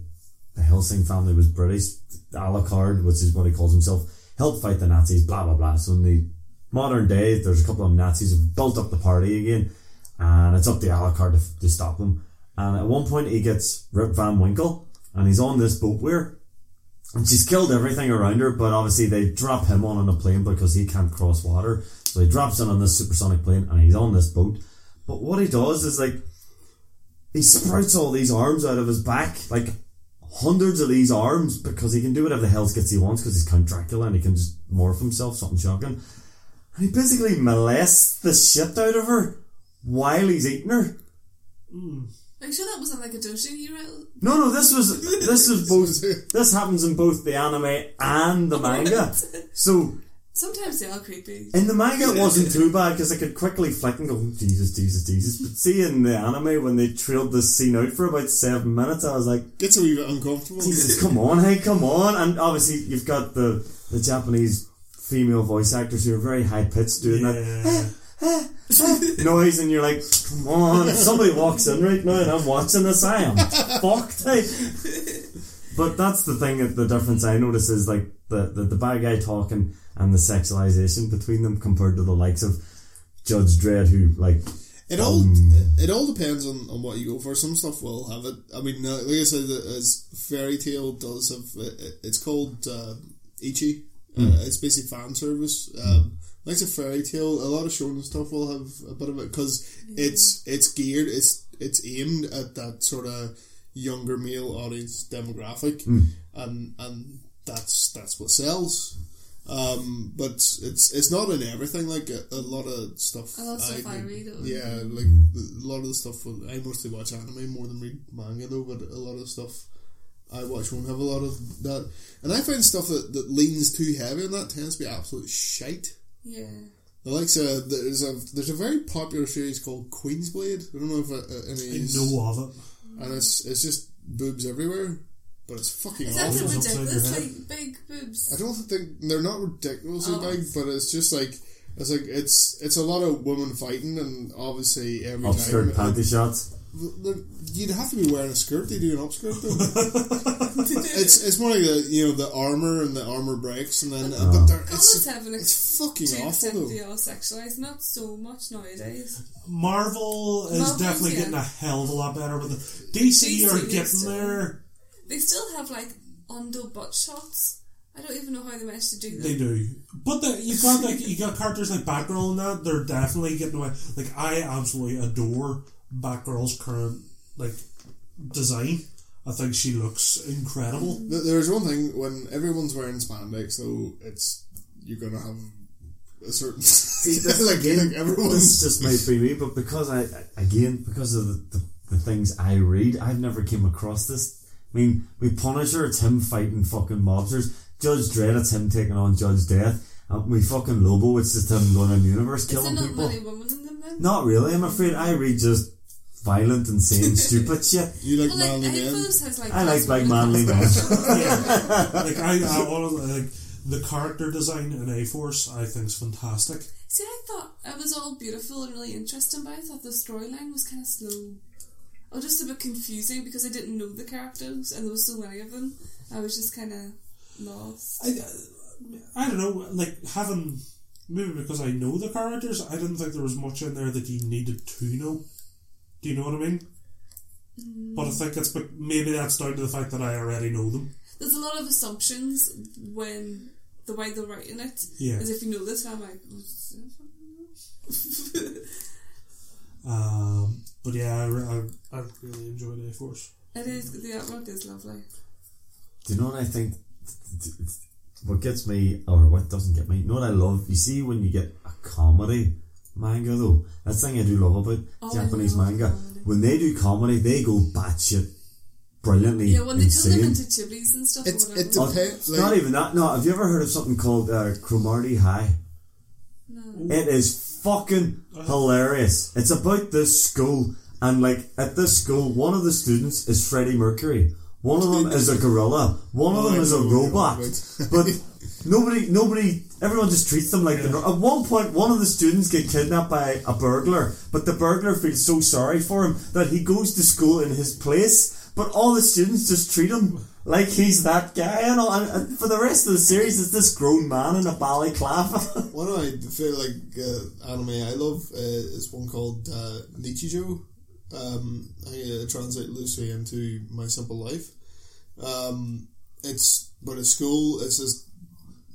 S3: the Helsing family was British, Alucard, which is what he calls himself, helped fight the Nazis. Blah blah blah. So in the modern day, there's a couple of Nazis who've built up the party again, and it's up to Alucard to, to stop them. And at one point, he gets Rip Van Winkle, and he's on this boat where, and she's killed everything around her. But obviously, they drop him on on a plane because he can't cross water. So he drops in on this supersonic plane, and he's on this boat. But what he does is like he sprouts all these arms out of his back, like hundreds of these arms, because he can do whatever the hell gets he wants because he's Count Dracula and he can just morph himself, something shocking. And he basically molests the shit out of her while he's eating her.
S2: *laughs* Are you sure that wasn't like a doujin you wrote?
S3: No, no, this was this is
S4: *laughs*
S3: both. This happens in both the anime and the manga. So
S2: Sometimes they are creepy.
S3: in the manga, it wasn't too bad because I could quickly flick and go "Oh, Jesus, Jesus, Jesus. But see, in the anime, when they trailed this scene out for about seven minutes, I was like,
S4: Gets a wee bit uncomfortable.
S3: Jesus, come on, hey, come on! And obviously, you've got the the Japanese female voice actors who are very high pitched doing
S1: Yeah.
S3: that noise, and you're like, come on, if somebody walks in right now and I'm watching this, I am fucked. *laughs* eh? But that's the thing that the difference I notice is like the, the, the bad guy talking and the sexualization between them compared to the likes of Judge Dredd, who, like,
S4: It all it all depends on, on what you go for. Some stuff will have it. I mean, uh, like I said, uh, as fairy tale does have. It, it- it's called uh, Ichi. Uh, it's basically fan service. Um, like a fairy tale, a lot of shonen stuff will have a bit of it because it's it's geared. It's it's aimed at that sort of younger male audience demographic, and and that's that's what sells. Um, but it's it's not in everything. Like a, a lot of stuff.
S2: A lot of stuff I
S4: would-
S2: read, it would-
S4: Yeah, like
S1: Hmm.
S4: a lot of the stuff. with- I mostly watch anime more than read manga, though. But a lot of stuff I watch won't have a lot of that. And I find stuff that, that leans too heavy on that tends to be absolute shite.
S2: Yeah.
S4: The likes of there's a there's a very popular series called Queensblade. I don't know if uh, uh, any.
S1: I
S4: is-
S1: know of it.
S4: And it's it's just boobs everywhere, but it's fucking
S2: Is
S4: awful.
S2: that so
S1: Awful. Upside your
S2: ridiculous?
S1: head.
S2: Like big
S4: I
S2: boobs.
S4: don't think they're not ridiculously
S2: Oh.
S4: big, but it's just like it's like it's it's a lot of women fighting, and obviously every
S3: upskirt
S4: time
S3: panty shots.
S4: They're- you'd have to be wearing a skirt to do an upskirt. Though.
S2: *laughs*
S4: it's it's more like the you know the armor and the armor breaks, and then
S3: Uh-huh.
S4: uh, but they're,
S2: Comics
S4: it's
S2: have an ex-
S4: it's fucking
S2: two
S4: awful.
S2: percent
S4: Though.
S2: VR sexualized, not so much nowadays.
S1: Marvel is
S2: Marvel's,
S1: definitely
S2: yeah.
S1: getting a hell of a lot better with it. DC,
S2: DC
S1: are
S2: needs
S1: getting
S2: to.
S1: there.
S2: They still have like undo butt shots. I don't even know how they managed to do
S1: They
S2: that.
S1: do, but the, you got like you got characters like Batgirl and that. They're definitely getting away. Like I absolutely adore Batgirl's current like design. I think she looks
S4: *laughs*
S1: incredible.
S4: Th- There's one thing when everyone's wearing spandex, though, it's you're gonna have a certain
S3: this
S4: *laughs* like,
S3: again-
S4: like everyone's
S3: This just might be me, but because I, I- again, because of the, the, the things I read, I've never came across this. I mean, with Punisher, it's him fighting fucking mobsters. Judge Dredd, it's him taking on Judge Death. And we fucking Lobo, it's just him going in the universe
S2: Is there
S3: killing
S2: not
S3: people.
S2: many women in them then?
S3: Not really, I'm afraid. I read just violent, insane, stupid shit.
S4: you like
S2: Well, like,
S4: manly men.
S2: Elfos has like
S3: I like
S2: those
S3: big
S2: women
S3: manly men.
S1: yeah, like I, I want like the character design in A Force. I think is fantastic.
S2: See, I thought it was all beautiful and really interesting, but I thought the storyline was kind of slow. Or just a bit confusing because I didn't know the characters and there was so many of them. I was just kind of lost.
S1: I, I don't know, like having maybe because I know the characters, I didn't think there was much in there that you needed to know. Do you know what I mean? But I think it's bec- maybe that's down to the fact that I already know them.
S2: There's a lot of assumptions when the way they're writing it.
S1: Yeah.
S2: As if you know this, I'm like. "Oh, it *laughs*
S1: Um, but yeah, I, re- I, I really enjoyed A Force.
S2: is the artwork is lovely.
S3: Do you know what I think? What gets me, or what doesn't get me, you know what I love? You see, when you get a comedy manga, though, that's the thing I do love about
S2: Oh, I
S3: Japanese
S2: love
S3: manga.
S2: comedy.
S3: When they do comedy, they go batshit brilliantly.
S2: Yeah, when they
S3: insane.
S2: turn them into chibies and stuff.
S4: It's-
S2: or whatever.
S4: it's a-
S3: Oh, it's not
S4: like-
S3: even that. No, have you ever heard of something called uh, Cromarty High?
S2: no.
S3: It is fucking hilarious. It's about this school, and like at this school, one of the students is Freddie Mercury. One of them is a gorilla. One of
S4: Oh,
S3: them
S4: I
S3: is a
S4: know what you're
S3: robot.
S4: on about.
S3: But nobody, nobody, everyone just treats them like. The, at one point, one of the students get kidnapped by a burglar, but the burglar feels so sorry for him that he goes to school in his place. But all the students just treat him like he's that guy, and, all, and, and for the rest of the series, it's this grown man in a *laughs* balaclava.
S4: One of my feel like uh, anime I love uh, is one called uh, Nichijou. Um, I uh, translate loosely into My Simple Life. Um, it's but at school, it's this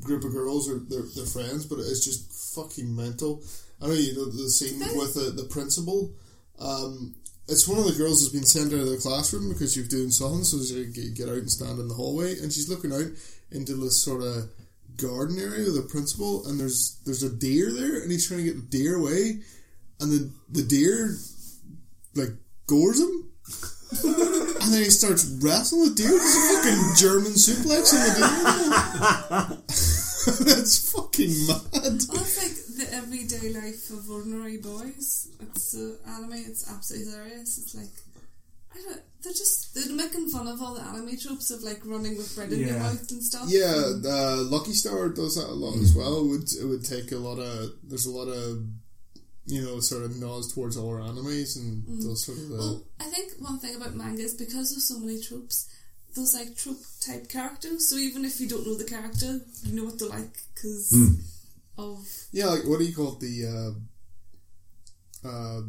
S4: group of girls or they're, they're friends, but it's just fucking mental. I know you know the scene with the, the principal. Um, it's one of the girls who's been sent out of the classroom because you've doing something, so she get, get out and stand in the hallway, and she's looking out into this sort of garden area with the principal, and there's there's a deer there, and he's trying to get the deer away, and the the deer like gores him. *laughs* and then he starts wrestling the deer. There's a fucking German suplex in the deer. *laughs* That's fucking mad.
S2: Well, Oh, it's like the everyday life of ordinary boys. It's uh, anime. It's absolutely hilarious. It's like I I don't, they're just they're making fun of all the anime tropes of like running with bread in your
S1: Yeah.
S2: mouth and stuff.
S4: Yeah, the Lucky Star does that a lot as well. It would it would take a lot of there's a lot of you know sort of nods towards all our animes and those sort of. Uh,
S2: Well, I think one thing about manga is because of so many tropes, those like trope type characters. So even if you don't know the character, you know what they're like because
S1: Hmm.
S2: of
S4: yeah, like what do you call it? the? Uh, uh,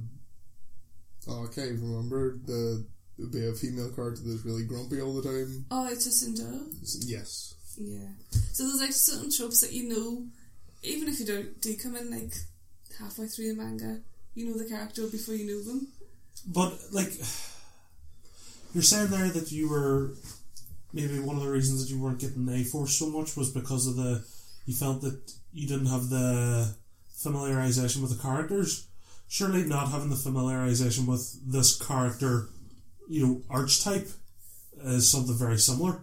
S4: oh, I can't even remember the. It'd be a female character that's really grumpy all the time.
S2: oh, it's just Sindoro.
S4: Yes.
S2: Yeah. So there's like certain tropes that you know, even if you don't do come in like halfway through a manga, you know the character before you know them.
S1: But like, you're saying there that you were maybe one of the reasons that you weren't getting A Force so much was because of the you felt that you didn't have the familiarization with the characters. Surely not having the familiarization with this character, you know, archetype, is something very similar.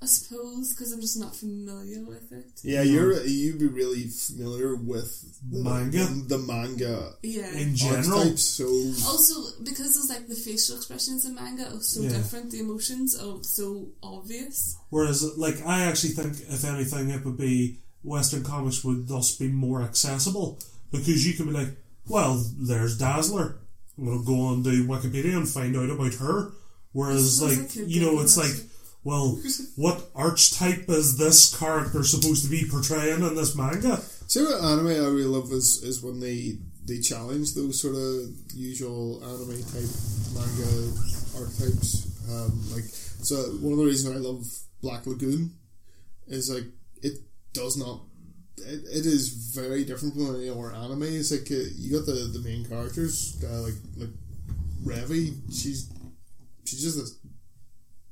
S2: I suppose because I'm just not familiar with it.
S4: Yeah, you're you'd be really familiar with the
S1: Manga?
S4: the, manga
S2: Yeah.
S1: In general,
S4: archetype, so
S2: also, because there's like the facial expressions in manga are so
S1: Yeah.
S2: different, the emotions are so obvious.
S1: Whereas, like, I actually think, if anything, it would be Western comics would thus be more accessible because you can be like, well, there's Dazzler. I'm going to go on to Wikipedia and find out about her. Whereas,
S2: I suppose
S1: like,
S2: I could
S1: you know,
S2: Google
S1: it's
S2: that.
S1: like, well, what archetype is this character supposed to be portraying in this manga?
S4: See what anime I really love is, is when they they challenge those sort of usual anime type manga archetypes. Um, like so, one of the reasons I love Black Lagoon is like it does not. It, it is very different from any other anime. It's like uh, you got the, the main characters, uh, like like Revi. She's she's just this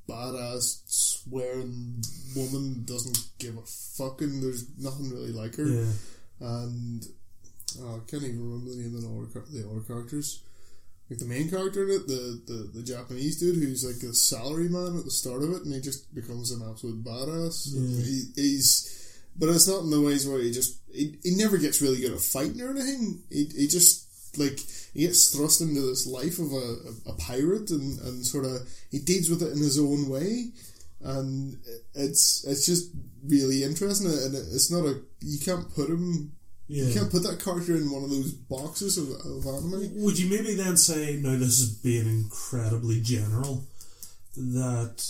S4: badass swearing woman. Doesn't give a fucking. There's nothing really like her
S1: Yeah.
S4: and oh, I can't even remember the name of the other, char- the other characters. Like the main character in it, the, the, the Japanese dude who's like a salary man at the start of it, and he just becomes an absolute badass.
S1: Yeah.
S4: He, he's, but it's not in the ways where he just he, he never gets really good at fighting or anything. He, he just like he gets thrust into this life of a, a, a pirate and, and sort of he deals with it in his own way and it's it's just really interesting and it- it's not a you can't put him you
S1: Yeah.
S4: can't put that character in one of those boxes of, of anime
S1: Would you maybe then say, now this is being incredibly general, that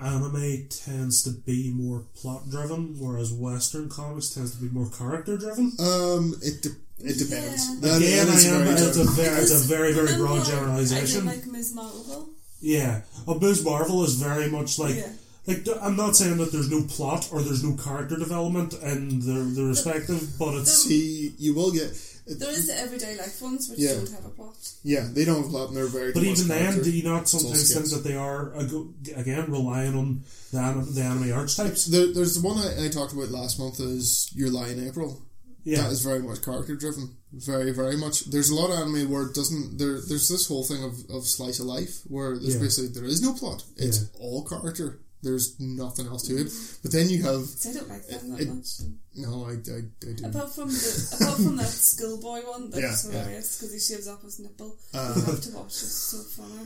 S1: anime tends to be more plot driven, whereas Western comics tends to be more character driven?
S4: um it de- it depends
S2: Yeah.
S4: That
S1: Again, I
S4: is
S1: am,
S4: very
S1: it's a
S4: different.
S1: very, it's a very,
S2: *laughs*
S1: very
S2: Remember
S1: broad
S2: how
S1: generalization.
S2: I did like Ms. Marvel.
S1: yeah. A Ms. Marvel is very much like.
S2: Yeah.
S1: Like, th- I'm not saying that there's no plot or there's no character development and they're, they're respective, but it's.
S4: see you will get it,
S2: There is the everyday life ones which
S4: Yeah.
S2: don't have a plot.
S4: yeah they don't have a lot and they're very
S1: *laughs* But
S4: much
S1: even then,
S4: character.
S1: do you not
S4: all
S1: sometimes think
S4: skits.
S1: that they are, ag- again, relying on the, anim- the anime archetypes?
S4: there, there's the one I, I talked about last month is your lie in April
S1: Yeah.
S4: that is very much character driven. Very, very much. There's a lot of anime where it doesn't. There, there's this whole thing of, of slice of life where there's
S1: Yeah.
S4: basically there is no plot. It's
S1: Yeah.
S4: all character. There's nothing else to it. But then you have
S2: So I don't like them that
S4: It-
S2: much.
S4: no, I, I, I do.
S2: Apart from the apart from that schoolboy one, that's
S4: Yeah, yeah.
S2: hilarious because he shaves off his nipple.
S4: Uh,
S2: I have to watch it. It's so funny.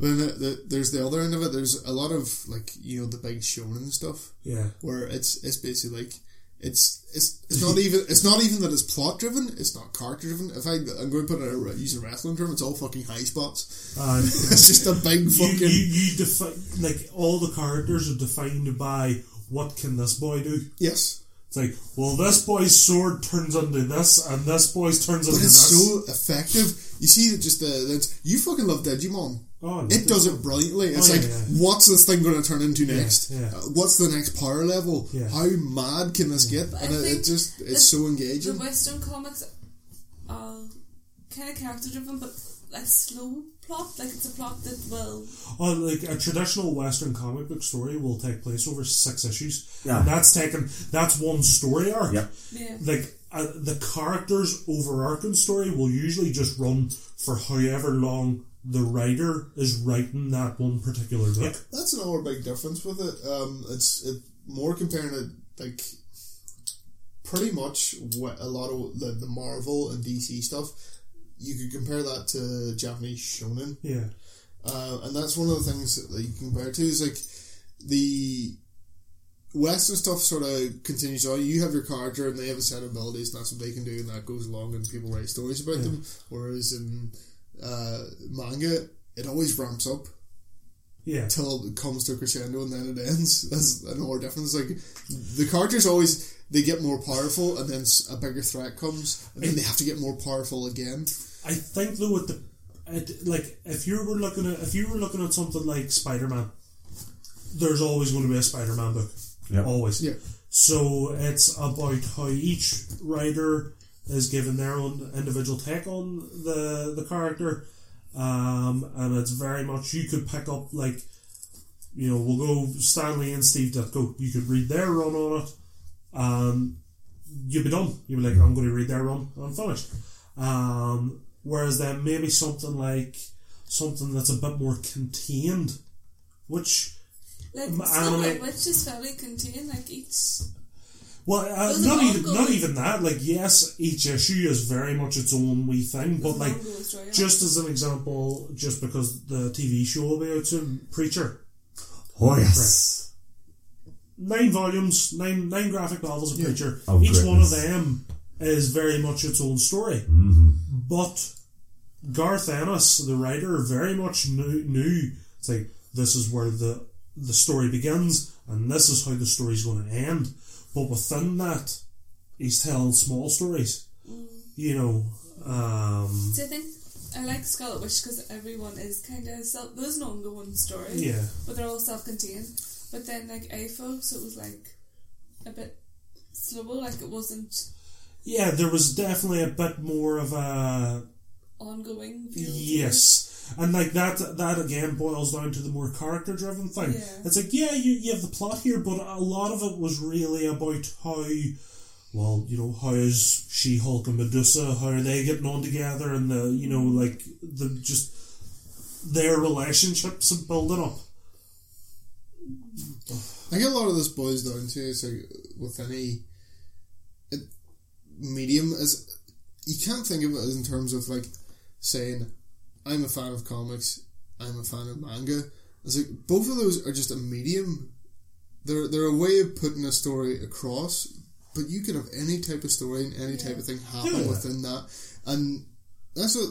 S4: Then the, the, there's the other end of it. There's a lot of like you know the big shonen stuff
S1: Yeah.
S4: where it's it's basically like. It's, it's it's
S1: *laughs*
S4: not even it's not even that it's plot driven. It's not character driven. If I I'm going to put it in a use a wrestling term, it's all fucking high spots. *laughs*
S1: Uh,
S4: It's just a big
S1: *laughs* you,
S4: Um, fucking.
S1: you, you define like all the characters are defined by what can this boy do
S4: Yes.
S1: it's like well this boy's sword turns into this and this boy's turns into
S4: But it's
S1: this
S4: so effective. You see, that just the, the you fucking love Digimon.
S1: oh, no.
S4: It does it brilliantly. It's
S1: Oh, yeah,
S4: like,
S1: yeah.
S4: what's this thing going to turn into next?
S1: yeah.
S4: Uh, What's the next power level?
S1: Yeah.
S4: How mad can this get?
S2: But
S4: And
S2: I
S4: it, it
S2: think
S4: just it's
S2: the-
S4: so
S2: The
S4: engaging.
S2: Western comics are kind of character driven, but a slow plot. Like it's a plot that will.
S1: Oh, like a traditional western comic book story will take place over six issues
S3: Yeah.
S1: and that's taken that's one story arc
S3: Yep.
S2: Yeah.
S1: like uh, the character's overarching story will usually just run for however long the writer is writing that one particular book
S4: That's another big difference with it. Um, it's it, more comparing it like pretty much what a lot of the, the Marvel and DC stuff. You could compare that to Japanese shonen.
S1: yeah
S4: Uh, and that's one of the things that you can compare to is like the Western stuff sort of continues on. You have your character and they have a set of abilities, and that's what they can do, and that goes along, and people write stories about them. Whereas in uh, manga, it always ramps up
S1: Yeah.
S4: till it comes to a crescendo and then it ends. *laughs* That's another difference. Like the characters always they get more powerful, and then s- a bigger threat comes, and then they have to get more powerful again.
S1: I think though with the it, like if you were looking at if you were looking at something like Spider Man, there's always going to be a Spider Man book.
S3: Yeah.
S1: Always.
S4: Yeah.
S1: So it's about how each writer is given their own individual take on the the character, um, and it's very much you could pick up like, you know, we'll go Stanley and Steve Ditko. You could read their run on it, and you'd be done. You'd be like, I'm going to read their run, and I'm finished. Um, whereas then maybe something like something that's a bit more contained, which
S2: Like,
S1: Um,
S2: it's not
S1: anime-
S2: like witches fairly contain like each.
S1: Well, uh,
S2: Those are
S1: not even
S2: ongoing.
S1: not even that. Like, yes, each issue is very much its own wee thing, but like,
S2: manga was dry,
S1: just as an example, just because the TV show will be out soon, Preacher,
S3: Oh yes.
S1: nine volumes, nine nine graphic novels of Preacher.
S3: Oh,
S1: each one of
S3: goodness.
S1: them is very much its own story, but Garth Ennis, the writer, very much knew, knew it's like this is where the the story begins and this is how the story's going to end. But within that, he's telling small stories. You know, um,
S2: So I think I like Scarlet Witch because everyone is kind of self. There's an ongoing story.
S1: yeah,
S2: But they're all self-contained. But then like AFO, so it was like a bit slower. Like it wasn't
S1: yeah. There was definitely a bit more of a
S2: ongoing. feel.
S1: Yes, and like that that again boils down to the more character driven thing.
S2: Yeah.
S1: It's like yeah, you you have the plot here, but a lot of it was really about how, well, you know, how is She Hulk and Medusa? How are they getting on together? And the you know like the just their relationships and building up.
S4: I think a lot of this boils down to is like with any uh, medium is you can't think of it as in terms of like saying I'm a fan of comics, I'm a fan of manga. It's like both of those are just a medium. They're they're a way of putting a story across, but you can have any type of story and any type of thing happen
S1: Yeah.
S4: within that. And that's what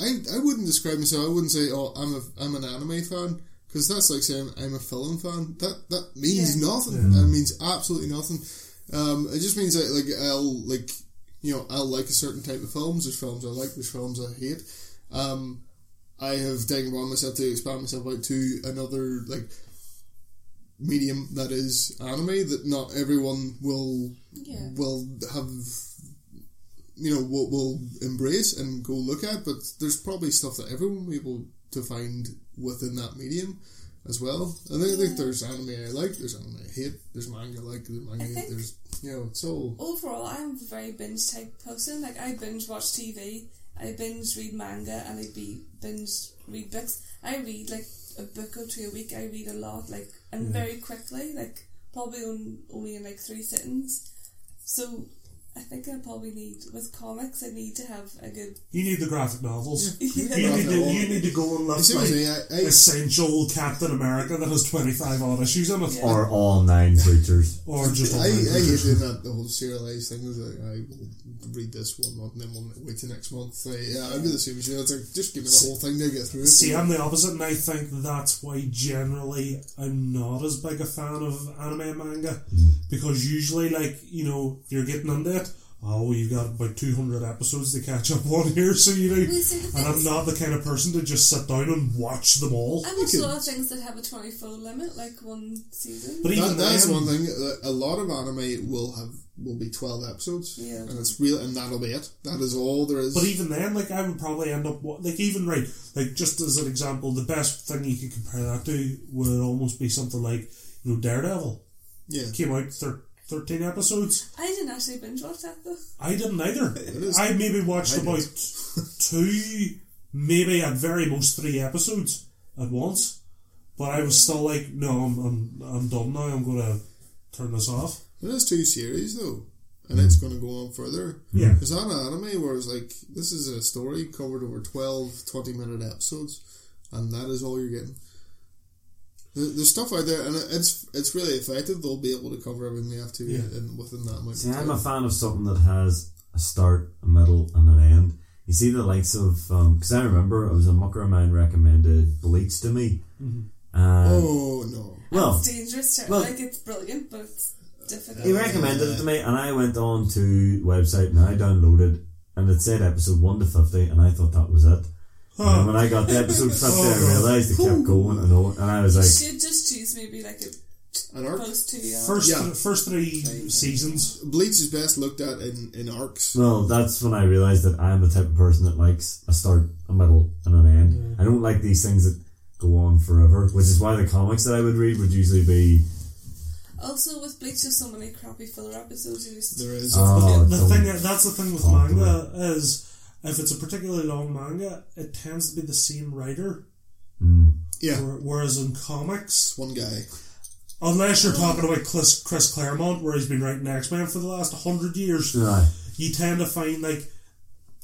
S4: I I wouldn't describe myself. I wouldn't say oh I'm a I'm an anime fan because that's like saying I'm a film fan. That that means
S2: Yeah.
S4: nothing. That means absolutely nothing. Um, it just means that like I'll like you know I'll like a certain type of films. There's films I like. There's films I hate. Um, I have taken upon myself to expand myself out to another like medium that is anime that not everyone will
S2: Yeah.
S4: will have you know will, will embrace and go look at but there's probably stuff that everyone will be able to find within that medium as well and I think there's anime I like there's anime I hate there's manga I like there's manga
S2: I think-
S4: there's you know it's all
S2: Overall, I'm a very binge type person. Like I binge watch TV, I binge read manga, and I be binge read books. I read like a book or two a week. I read a lot, like and very quickly, like probably on, only in like three sittings. So I think I probably need with comics. I need to have a good. *laughs*
S1: You need the graphic novels.
S2: Yeah.
S1: You need to you need to go and
S4: You
S1: live
S4: see what I
S1: like
S4: mean? I- I-
S1: essential Captain America that has twenty five odd issues in it,
S3: Or all nine preachers.
S1: or just
S4: I, I hate doing that the whole serialized thing. Is like, I will read this one month and then we'll wait till next month. I, yeah, I do the same shit. It's like just give me the whole thing to get through. it.
S1: See, I'm the opposite, and I think that's why generally I'm not as big a fan of anime and manga
S2: Hmm.
S1: because usually, like you know, you're getting into it. Oh, you've got about 200 episodes to catch up on here, so you know.
S2: Well, see, the
S1: And
S2: thing
S1: I'm
S2: is,
S1: not the kind of person to just sit down and watch them all.
S2: I watch a lot of things that have a twenty-four limit, like one season.
S1: But even
S4: That, that's
S1: then,
S4: one thing. uh, A lot of anime will have will be twelve episodes,
S2: Yeah.
S4: and it's real, and that'll be it. That is all there is.
S1: But even then, like I would probably end up wa- like even right like just as an example, the best thing you could compare that to would almost be something like you know Daredevil
S4: yeah,
S1: came out thir- 13 episodes.
S2: I didn't actually binge watch that though.
S1: I didn't
S4: *laughs*
S1: either.
S4: is-
S1: I maybe watched
S4: I did.
S1: about *laughs* two, maybe at very most three episodes at once. But I was still like, no, I'm I'm, I'm done now. I'm gonna turn this off.
S4: it is two series though, and it's going to go on further.
S1: Yeah.
S4: There's not an anime where it's like this is a story covered over 12, 20 minute episodes, and that is all you're getting. There- There's stuff out there, and it- it's it's really effective. They'll be able to cover everything they have to
S1: Yeah.
S4: in, within that amount
S3: See,
S4: of
S3: I'm
S4: time.
S3: a fan of something that has a start, a middle, and an end. You see the likes of because I remember it was a mucker of mine recommended Bleach to me. Mm-hmm. And,
S4: oh no!
S3: well,
S2: It's dangerous. To,
S3: well-
S2: like it's brilliant, but it's difficult.
S3: he recommended it to me, and I went on to website and I downloaded, and it said episode one to fifty, and I thought that was it. And when I got to episode fifty, *laughs* I realised it kept going and on, and I was
S2: You
S3: like,
S2: should just choose maybe like a
S4: An arc
S2: post to uh, you.
S1: First,
S4: Yeah.
S1: first three seasons.
S4: Bleach is best looked at in in arcs.
S3: well, that's when I realised that I'm the type of person that likes a start, a middle, and an end.
S1: Mm.
S3: I don't like these things that go on forever, which is why the comics that I would read would usually be
S2: Also, with Bleach, there's so many crappy filler episodes. You just
S4: There is
S3: oh,
S1: the
S3: don't-
S1: thing that's the thing with
S3: Popular.
S1: manga is if it's a particularly long manga, it tends to be the same writer.
S3: Mm.
S4: yeah,
S1: where- Whereas in comics,
S4: one guy.
S1: unless you're talking about Chris, Chris Claremont, where he's been writing X Men for the last hundred years,
S3: Aye.
S1: you tend to find like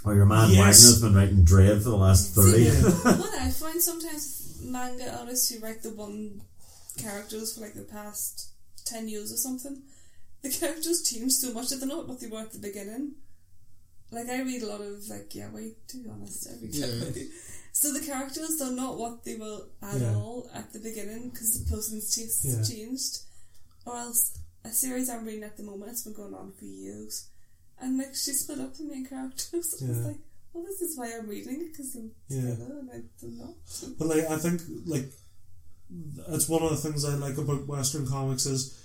S3: Or uh, oh, your man
S1: Yes.
S3: Wagner's been writing Dread for the last thirty.
S2: See,
S1: *laughs*
S2: what I find sometimes with manga artists who write the one characters for like the past ten years or something, the characters change so much that they're not what they were at the beginning. Like I read a lot of like yeah, wait to be honest, I read
S4: Yeah.
S2: *laughs* so the characters they're not what they were at
S1: Yeah.
S2: all at the beginning because the person's tastes
S1: Yeah.
S2: changed, or else a series I'm reading at the moment it's been going on for years, and like she split up the main characters. *laughs* I was
S1: Yeah.
S2: like, well, this is why I'm reading it because I'm
S1: Yeah.
S2: together and I don't know.
S1: But like, I think like it's one of the things I like about Western comics is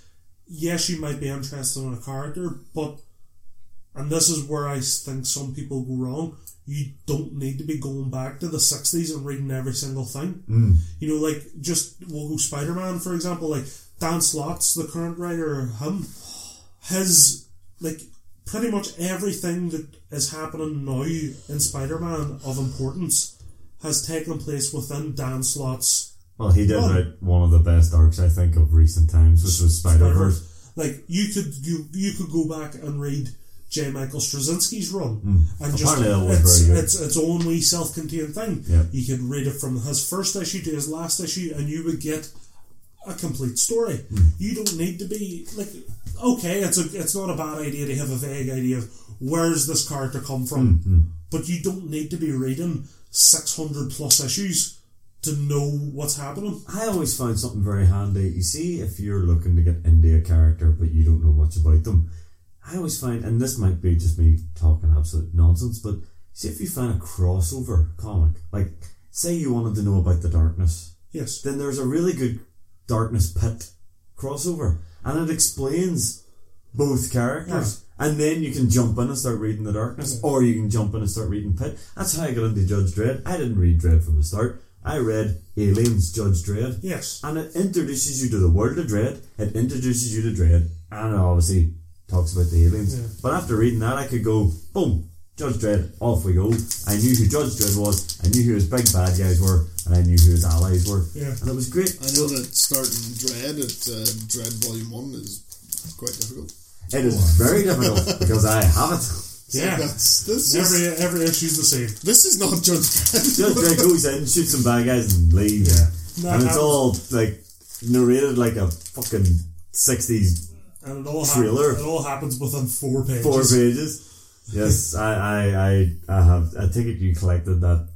S1: yes, you might be interested in a character, but and this is where I think some people go wrong. You don't need to be going back to the sixties and reading every single thing.
S3: Mm.
S1: You know, like just we'll go Spider Man for example. Like Dan Slott's the current writer, him, his like pretty much everything that is happening now in Spider Man of importance has taken place within Dan Slott's.
S3: Well, he did
S1: Well-
S3: write one of the best arcs I think of recent times, which was Spider Verse.
S1: Like you could you you could go back and read J. Michael Straczynski's run and just
S3: Hmm. Apparently that was
S1: it's,
S3: very good.
S1: it's its own wee self contained thing.
S3: Yeah.
S1: You could read it from his first issue to his last issue and you would get a complete story.
S3: Hmm.
S1: You don't need to be like okay, it's a it's not a bad idea to have a vague idea of where's this character come from.
S3: Hmm,
S1: But you don't need to be reading six hundred plus issues to know what's happening.
S3: I always find something very handy. You see, if you're looking to get into a character but you don't know much about them, I always find, and this might be just me talking absolute nonsense, but see if you find a crossover comic, like say you wanted to know about the darkness.
S1: Yes.
S3: then there's a really good Darkness Pit crossover, and it explains both characters. And then you can jump in and start reading the Darkness, or you can jump in and start reading Pit. That's how I got into Judge Dredd. I didn't read Dredd from the start. I read Aliens Judge Dredd,
S1: Yes.
S3: and it introduces you to the world of Dredd. It introduces you to Dredd, and it obviously talks about the aliens.
S1: Yeah.
S3: But after reading that, I could go boom. Judge Dredd, off we go. I knew who Judge Dredd was, I knew who his big bad guys were, and I knew who his allies were.
S1: Yeah.
S3: And it was great.
S4: I know that starting Dread at uh, Dread Volume One is quite difficult.
S3: It is very difficult *laughs* because I have it.
S1: Yeah.
S4: That's this is
S1: Every every issue's the same.
S4: this is not Judge
S3: Judge Dredd goes in, shoots some bad guys, and leaves.
S1: Yeah. No,
S3: and it's
S1: that-
S3: all like narrated like a fucking sixties
S1: And it all hap-
S3: Thriller.
S1: it all happens within four pages.
S3: four pages. Yes, I, I, I, I have. I think you collected that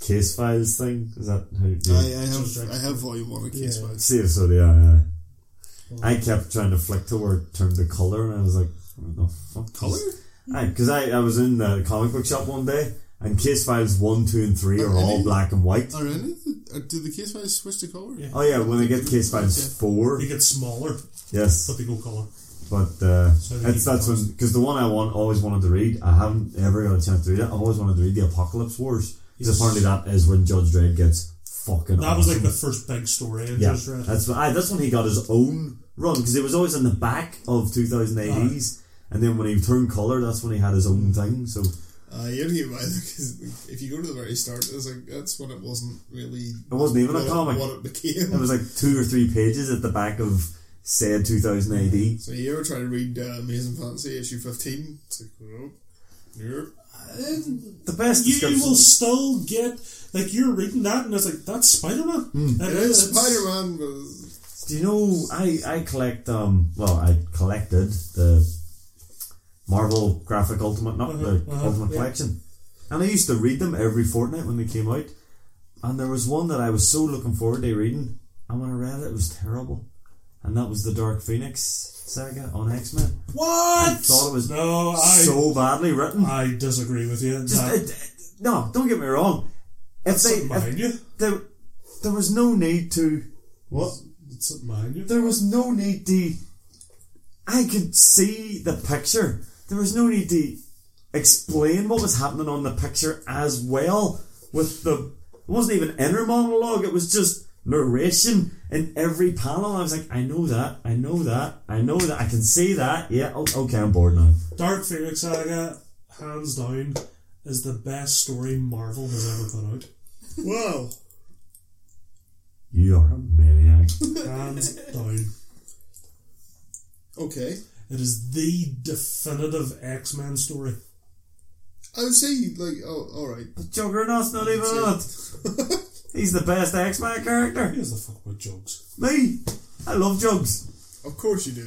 S3: case files thing. Is that how? You,
S4: Dredd. I, I
S1: Judge
S4: have
S1: Dredd.
S4: I have Volume One in case
S1: Yeah.
S4: yeah.
S3: See if so. Yeah, yeah. I kept trying to flick to where it turned to color, and I was like, "What the fuck?" is-
S4: color.
S3: Aye, because I, I was in the comic book shop one day, and case files one, two, and three are all black and
S4: *laughs*
S3: white.
S4: Are any of the, are, uh, did the case files switch to color?
S1: Yeah.
S3: Oh yeah, when I get case files four,
S1: You get smaller,
S3: yes,
S1: but they go colour.
S3: but uh,
S1: So they
S3: it's that's when because the one I want always wanted to read, I haven't ever got a chance to read it. I've always wanted to read the Apocalypse Wars because
S1: Yes.
S3: apparently that is when Judge Dredd gets fucking.
S1: That was like
S3: awesome.
S1: the first big story in
S3: yeah,
S1: Judge Dredd.
S3: that's when, aye, that's when he got his own run because it was always in the back of 2008s, and then when he turned color, that's when he had his own thing. So it
S4: Uh, you don't get by because if you go to the very start, it's like that's when it wasn't really
S3: wasn't even
S4: what,
S3: a comic.
S4: what it became. *laughs*
S3: It was like two or three pages at the back of said 2000 AD.
S4: so you ever try to read uh, Amazing Fantasy issue fifteen? It's like, nope. Nope.
S1: And
S3: The best
S1: you
S3: description.
S1: will still get like you're reading that and it's like that's Spider Man.
S3: Hmm.
S4: It *laughs* is Spider Man was *laughs*
S3: Do you know I I collect um well I collected the Marvel graphic Ultimate not the
S1: Uh-huh, uh-huh,
S3: Ultimate
S1: yeah.
S3: Collection, and I used to read them every fortnight when they came out, and there was one that I was so looking forward to reading, and when I read it, it was terrible, and that was the Dark Phoenix saga on X Men.
S1: What?
S3: I thought it was
S1: no. I
S3: so badly written.
S1: I disagree with you.
S3: Just,
S1: That-
S3: it- it- no, don't get me wrong. If
S1: that's
S3: they,
S1: something
S3: if
S1: behind you.
S3: there, there was no need to what
S1: That's something behind you.
S3: there was no need to. I could see the picture. There was no need to explain what was happening on the picture as well. With the it wasn't even inner monologue. It was just narration in every panel. I was like, I know that. I know that. I know that. I can see that. Yeah. o- Okay. I'm bored now.
S1: Dark Phoenix Saga, hands down, is the best story Marvel has ever put out.
S4: wow.
S3: You are a maniac.
S1: Hands down.
S4: Okay,
S1: It is the definitive X Men story.
S4: I would say like oh all right. *laughs*
S3: But Juggernaut's not even on it. He's the best X-Men character.
S1: He has the fuck with jokes.
S3: Me. I love Jugs.
S4: Of course you do.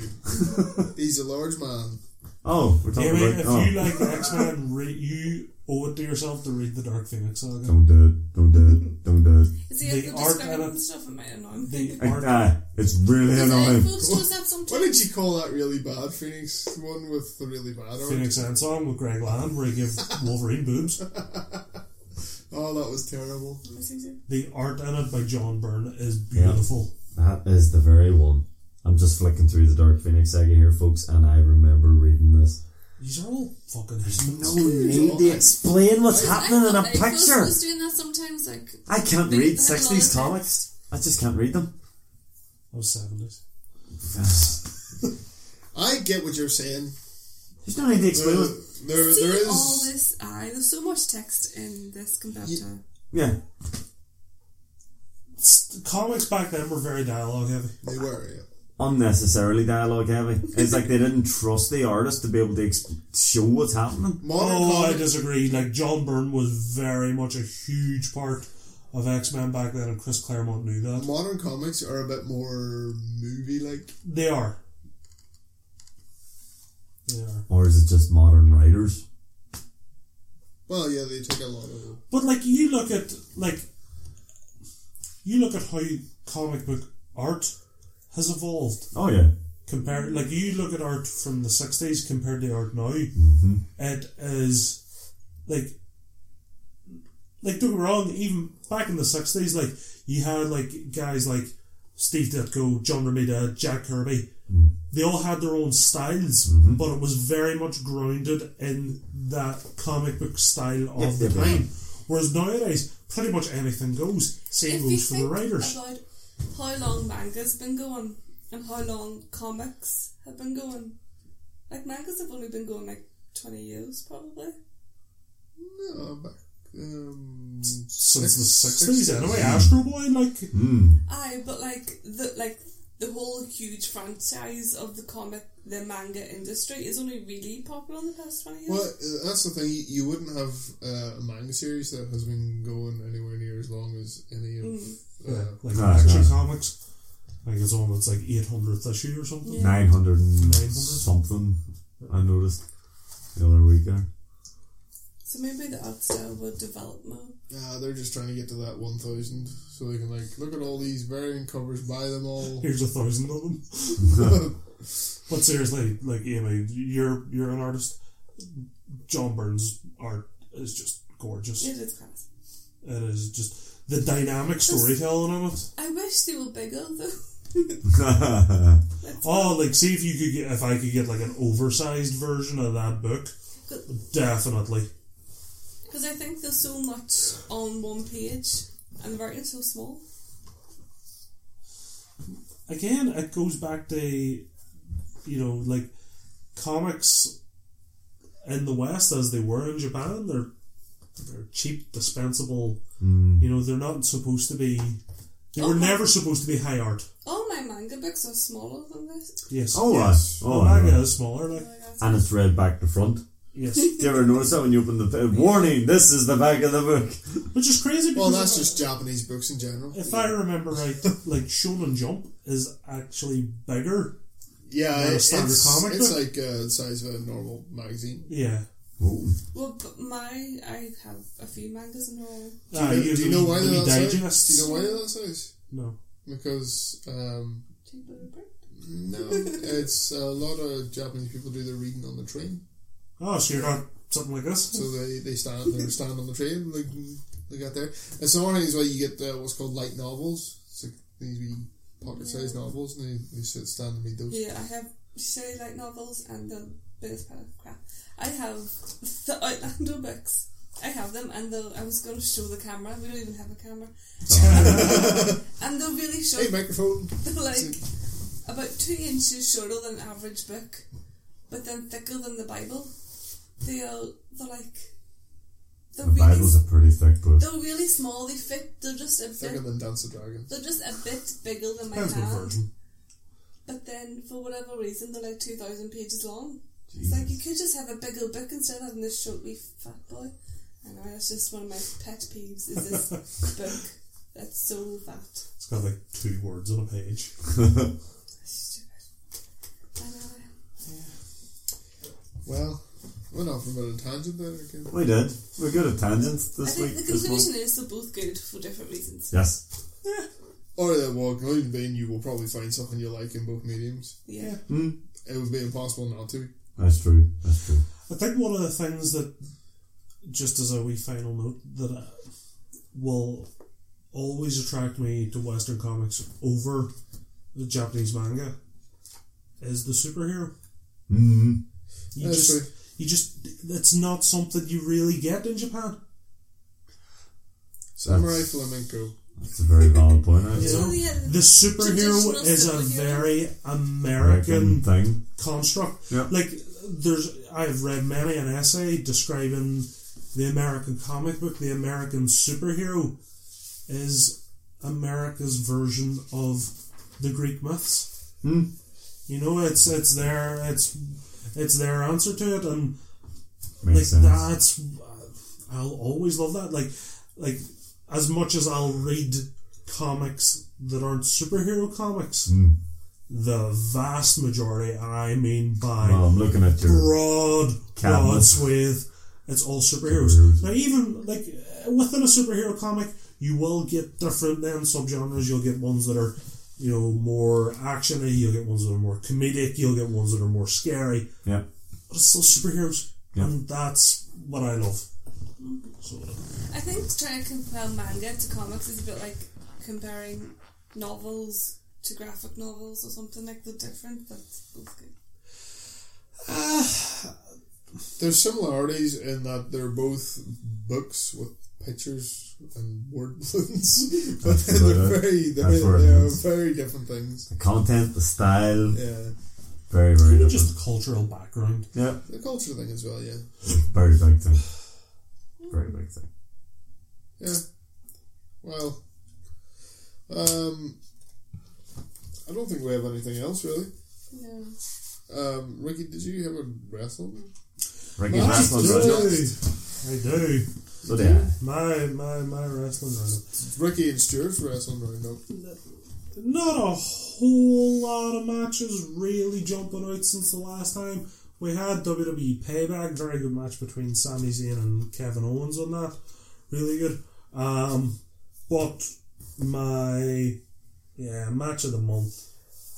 S4: He's a large man.
S3: Oh, we're talking
S1: Anyway,
S3: about.
S1: if
S3: oh.
S1: you like
S3: *laughs*
S1: the X Men, re- you owe it to yourself to read the Dark Phoenix Saga.
S3: Don't do it. Don't do it. Don't do it.
S2: See,
S1: The
S2: the
S1: art
S2: describing
S1: edit-
S2: and stuff, it might annoy me.
S1: The
S3: Like,
S1: art,
S3: nah, it's really
S2: Because
S3: annoying.
S2: folks does that
S4: What
S2: sometimes.
S4: did you call that really bad Phoenix one with the really bad
S3: uh,
S4: art?
S1: Phoenix End song with Greg Land, where he gave Wolverine boobs.
S4: Oh, that was terrible.
S1: The art in it by John Byrne is beautiful.
S3: That is the very one. I'm just flicking through the Dark Phoenix saga here, folks, and I remember reading this.
S1: These are all fucking humans.
S3: No need to explain what's happening in a
S2: I
S3: picture.
S2: was doing that sometimes, like
S3: I can't
S2: They
S3: read
S2: had a lot of
S3: 60s
S2: text.
S3: comics. I just can't read them.
S1: That was 70s.
S3: There's
S4: I get what you're saying.
S3: no need to
S4: There,
S3: explain it.
S4: there,
S2: see
S4: there
S2: all
S4: is.
S2: this. Aye, there's so much text in this compared
S4: Ye-
S2: to.
S3: Yeah.
S1: S- Comics back then were very dialogue heavy.
S4: They were. Yeah.
S3: Unnecessarily dialogue heavy. It's like they didn't trust the artist to be able to ex- show what's happening.
S4: Modern
S1: Oh, I
S4: comic-
S1: disagree. Like John Byrne was very much a huge part of X Men back then, and Chris Claremont knew that.
S4: modern comics are a bit more movie-like.
S1: They are. They are.
S3: Or is it just modern writers?
S4: Well, yeah, they take a lot of.
S1: But like you look at like you look at how comic book art has evolved.
S3: Oh, yeah.
S1: compared like you look at art from the 60s compared to art now it is like like don't get me wrong even back in the 60s like you had like guys like Steve Ditko John Romita Jack Kirby they all had their own styles but it was very much grounded in that comic book style of
S3: Yep,
S1: the
S3: yep, yep.
S1: time whereas nowadays pretty much anything goes same
S2: If you
S1: goes for the
S2: think
S1: writers
S2: about how long manga's been going and how long comics have been going, like mangas have only been going like twenty years probably.
S4: No, back. Um,
S1: since the
S4: six-
S1: 60s anyway Astro Boy like
S2: Aye, but like the like the whole huge franchise of the comic, the manga industry is only really popular in the past twenty years.
S4: Well, uh, that's the thing. You, you wouldn't have uh, a manga series that has been going anywhere near as long as any of.
S2: Mm.
S1: Yeah,
S4: Uh,
S1: like
S3: No, it's
S1: Action
S3: not.
S1: Comics. I think it's on its like 800th issue or something.
S2: Yeah.
S3: 900 and
S1: 900?
S3: something I noticed the other week eh? there.
S2: So maybe the art style will develop more.
S4: uh, they're just trying to get to that one thousand, so they can like look at all these variant covers, buy them
S1: *laughs*
S4: all.
S1: Here's a thousand of them. *laughs* but seriously, like Amy, you're you're an artist. John Burns' art is just gorgeous.
S2: It is class.
S1: It is just the dynamic storytelling of it.
S2: I wish they were bigger though. *laughs*
S1: Oh, like see if you could get if I could get like an oversized version of that book. Definitely.
S2: Because I think there's so much on one page and the writing's so small.
S1: again, it goes back to you know, like comics in the West as they were in Japan. They're they're cheap, dispensable.
S3: Mm.
S1: You know, they're not supposed to be. They were
S2: Okay.
S1: never supposed to be high art.
S2: All my manga books are smaller than this.
S1: Yes.
S3: Oh,
S1: yes.
S3: uh, oh,
S1: The manga
S3: uh,
S1: is smaller. Like
S2: Oh my God.
S3: and it's red back to front.
S1: Yes.
S3: Do you ever notice that when you open the uh, warning? This is the back of the book.
S1: Which is crazy because
S4: Well, that's
S1: if-
S4: just Japanese books in general.
S1: if I
S4: *laughs*
S1: remember right, like Shonen Jump is actually bigger.
S4: yeah,
S1: not a
S4: it's,
S1: standard comic
S4: it's
S1: book.
S4: like uh, the size of a normal magazine.
S1: Yeah.
S3: Oh,
S2: Well, but my I have a few mangas and all.
S1: Do
S4: Do you, do you know why they're that size?
S1: digests?
S4: Do you know why they're that size?
S1: No.
S4: Because um,
S2: Two blue print.
S4: no,
S1: *laughs*
S4: it's a lot of Japanese people do their reading on the train.
S1: Oh, so you're not something like this?
S4: So they, they stand they stand on the train like they got there. It's not one of these where you get uh, what's called light novels. It's like these wee pocket sized novels, and they, they sit stand and read those.
S2: Yeah, I have shitty light novels and the biggest pile of crap. I have the Outlander books. I have them, and the, I was going to show the camera. We don't even have a camera, and they're really short.
S4: *laughs* Hey, microphone.
S2: They're *laughs* like about two inches shorter than an average book, but then thicker than the Bible. They are they're like they're
S3: the
S2: really
S3: Bible's a pretty thick book.
S2: they're really small. They fit. They're just a
S4: Thicker
S2: bit.
S4: than Dance of Dragons.
S2: They're just a bit bigger than my
S1: That's no
S2: hand.
S1: version.
S2: But then, for whatever reason, they're like 2,000 pages long. It's
S3: Jesus.
S2: like you could just have a bigger book instead of having this short wee fat boy. I know, that's just one of my pet peeves is
S3: *laughs*
S2: this book that's so fat.
S1: It's got like two words on a page.
S2: Stupid. I know.
S4: Well, went off about a tangent there again.
S3: we did. We're good at tangents
S2: I
S3: this week.
S2: think the
S3: this month.
S2: conclusion is they're both good for different reasons.
S3: Yes.
S4: Or that Oh, well, including being you will probably find something you like in both mediums.
S2: Yeah.
S3: Mm.
S4: It would be impossible not to.
S3: That's true. That's true.
S1: I think one of the things that, just as a wee final note, that uh, will always attract me to Western comics over the Japanese manga is the superhero.
S3: Mm.
S1: You
S4: That's
S1: just, you just, it's not something you really get in Japan.
S4: Samurai flamenco.
S3: That's a very valid point. eh? Actually.
S1: Yeah.
S2: So, Oh, yeah.
S1: The superhero
S2: Traditional
S1: is a
S2: superhero.
S1: very
S3: American
S1: American
S3: thing.
S1: construct.
S3: Yeah.
S1: Like there's, I've read many an essay describing the American comic book. The American superhero is America's version of the Greek myths.
S3: Mm.
S1: You know, it's it's their it's it's their answer to it, and
S3: Makes
S1: like
S3: sense.
S1: that's I'll always love that. Like like as much as I'll read comics that aren't superhero comics,
S3: Mm.
S1: the vast majority, and I mean by
S3: Well, I'm looking at your.
S1: broad, broad
S3: Countless.
S1: swathe. It's all superheroes.
S3: Superheroes.
S1: Now, even like uh, within a superhero comic, you will get different then subgenres. You'll get ones that are, you know, more actiony. You'll get ones that are more comedic. You'll get ones that are more scary. *laughs*
S3: Yeah.
S1: But it's still superheroes,
S3: Yeah.
S1: and that's what I love. So,
S2: I think trying to compare manga to comics is a bit like comparing novels to graphic novels or something like they're different, but both good.
S4: There's similarities in that they're both books with pictures and word *laughs* balloons, but
S3: That's about
S4: they're
S3: it.
S4: very they're,
S3: That's where it
S4: they are
S3: is.
S4: very different things.
S3: The content, the style,
S4: Yeah,
S3: very, very
S1: Even
S3: different.
S1: just the cultural background.
S3: yeah,
S4: the culture thing as well. Yeah,
S3: very big thing. Very big thing.
S4: yeah. Well, um, I don't think we have anything else really.
S2: Yeah.
S4: Um, Ricky, did you have a wrestling?
S3: Ricky
S4: Well,
S3: Last
S4: that's
S3: one's
S4: good.
S3: right up.
S1: I do.
S3: So yeah,
S1: My my my wrestling roundup.
S4: Ricky and Stuart's wrestling roundup.
S1: not a whole lot of matches really jumping out since the last time. We had WWE Payback, very good match between Sami Zayn and Kevin Owens on that. Really good. Um, but my yeah, match of the month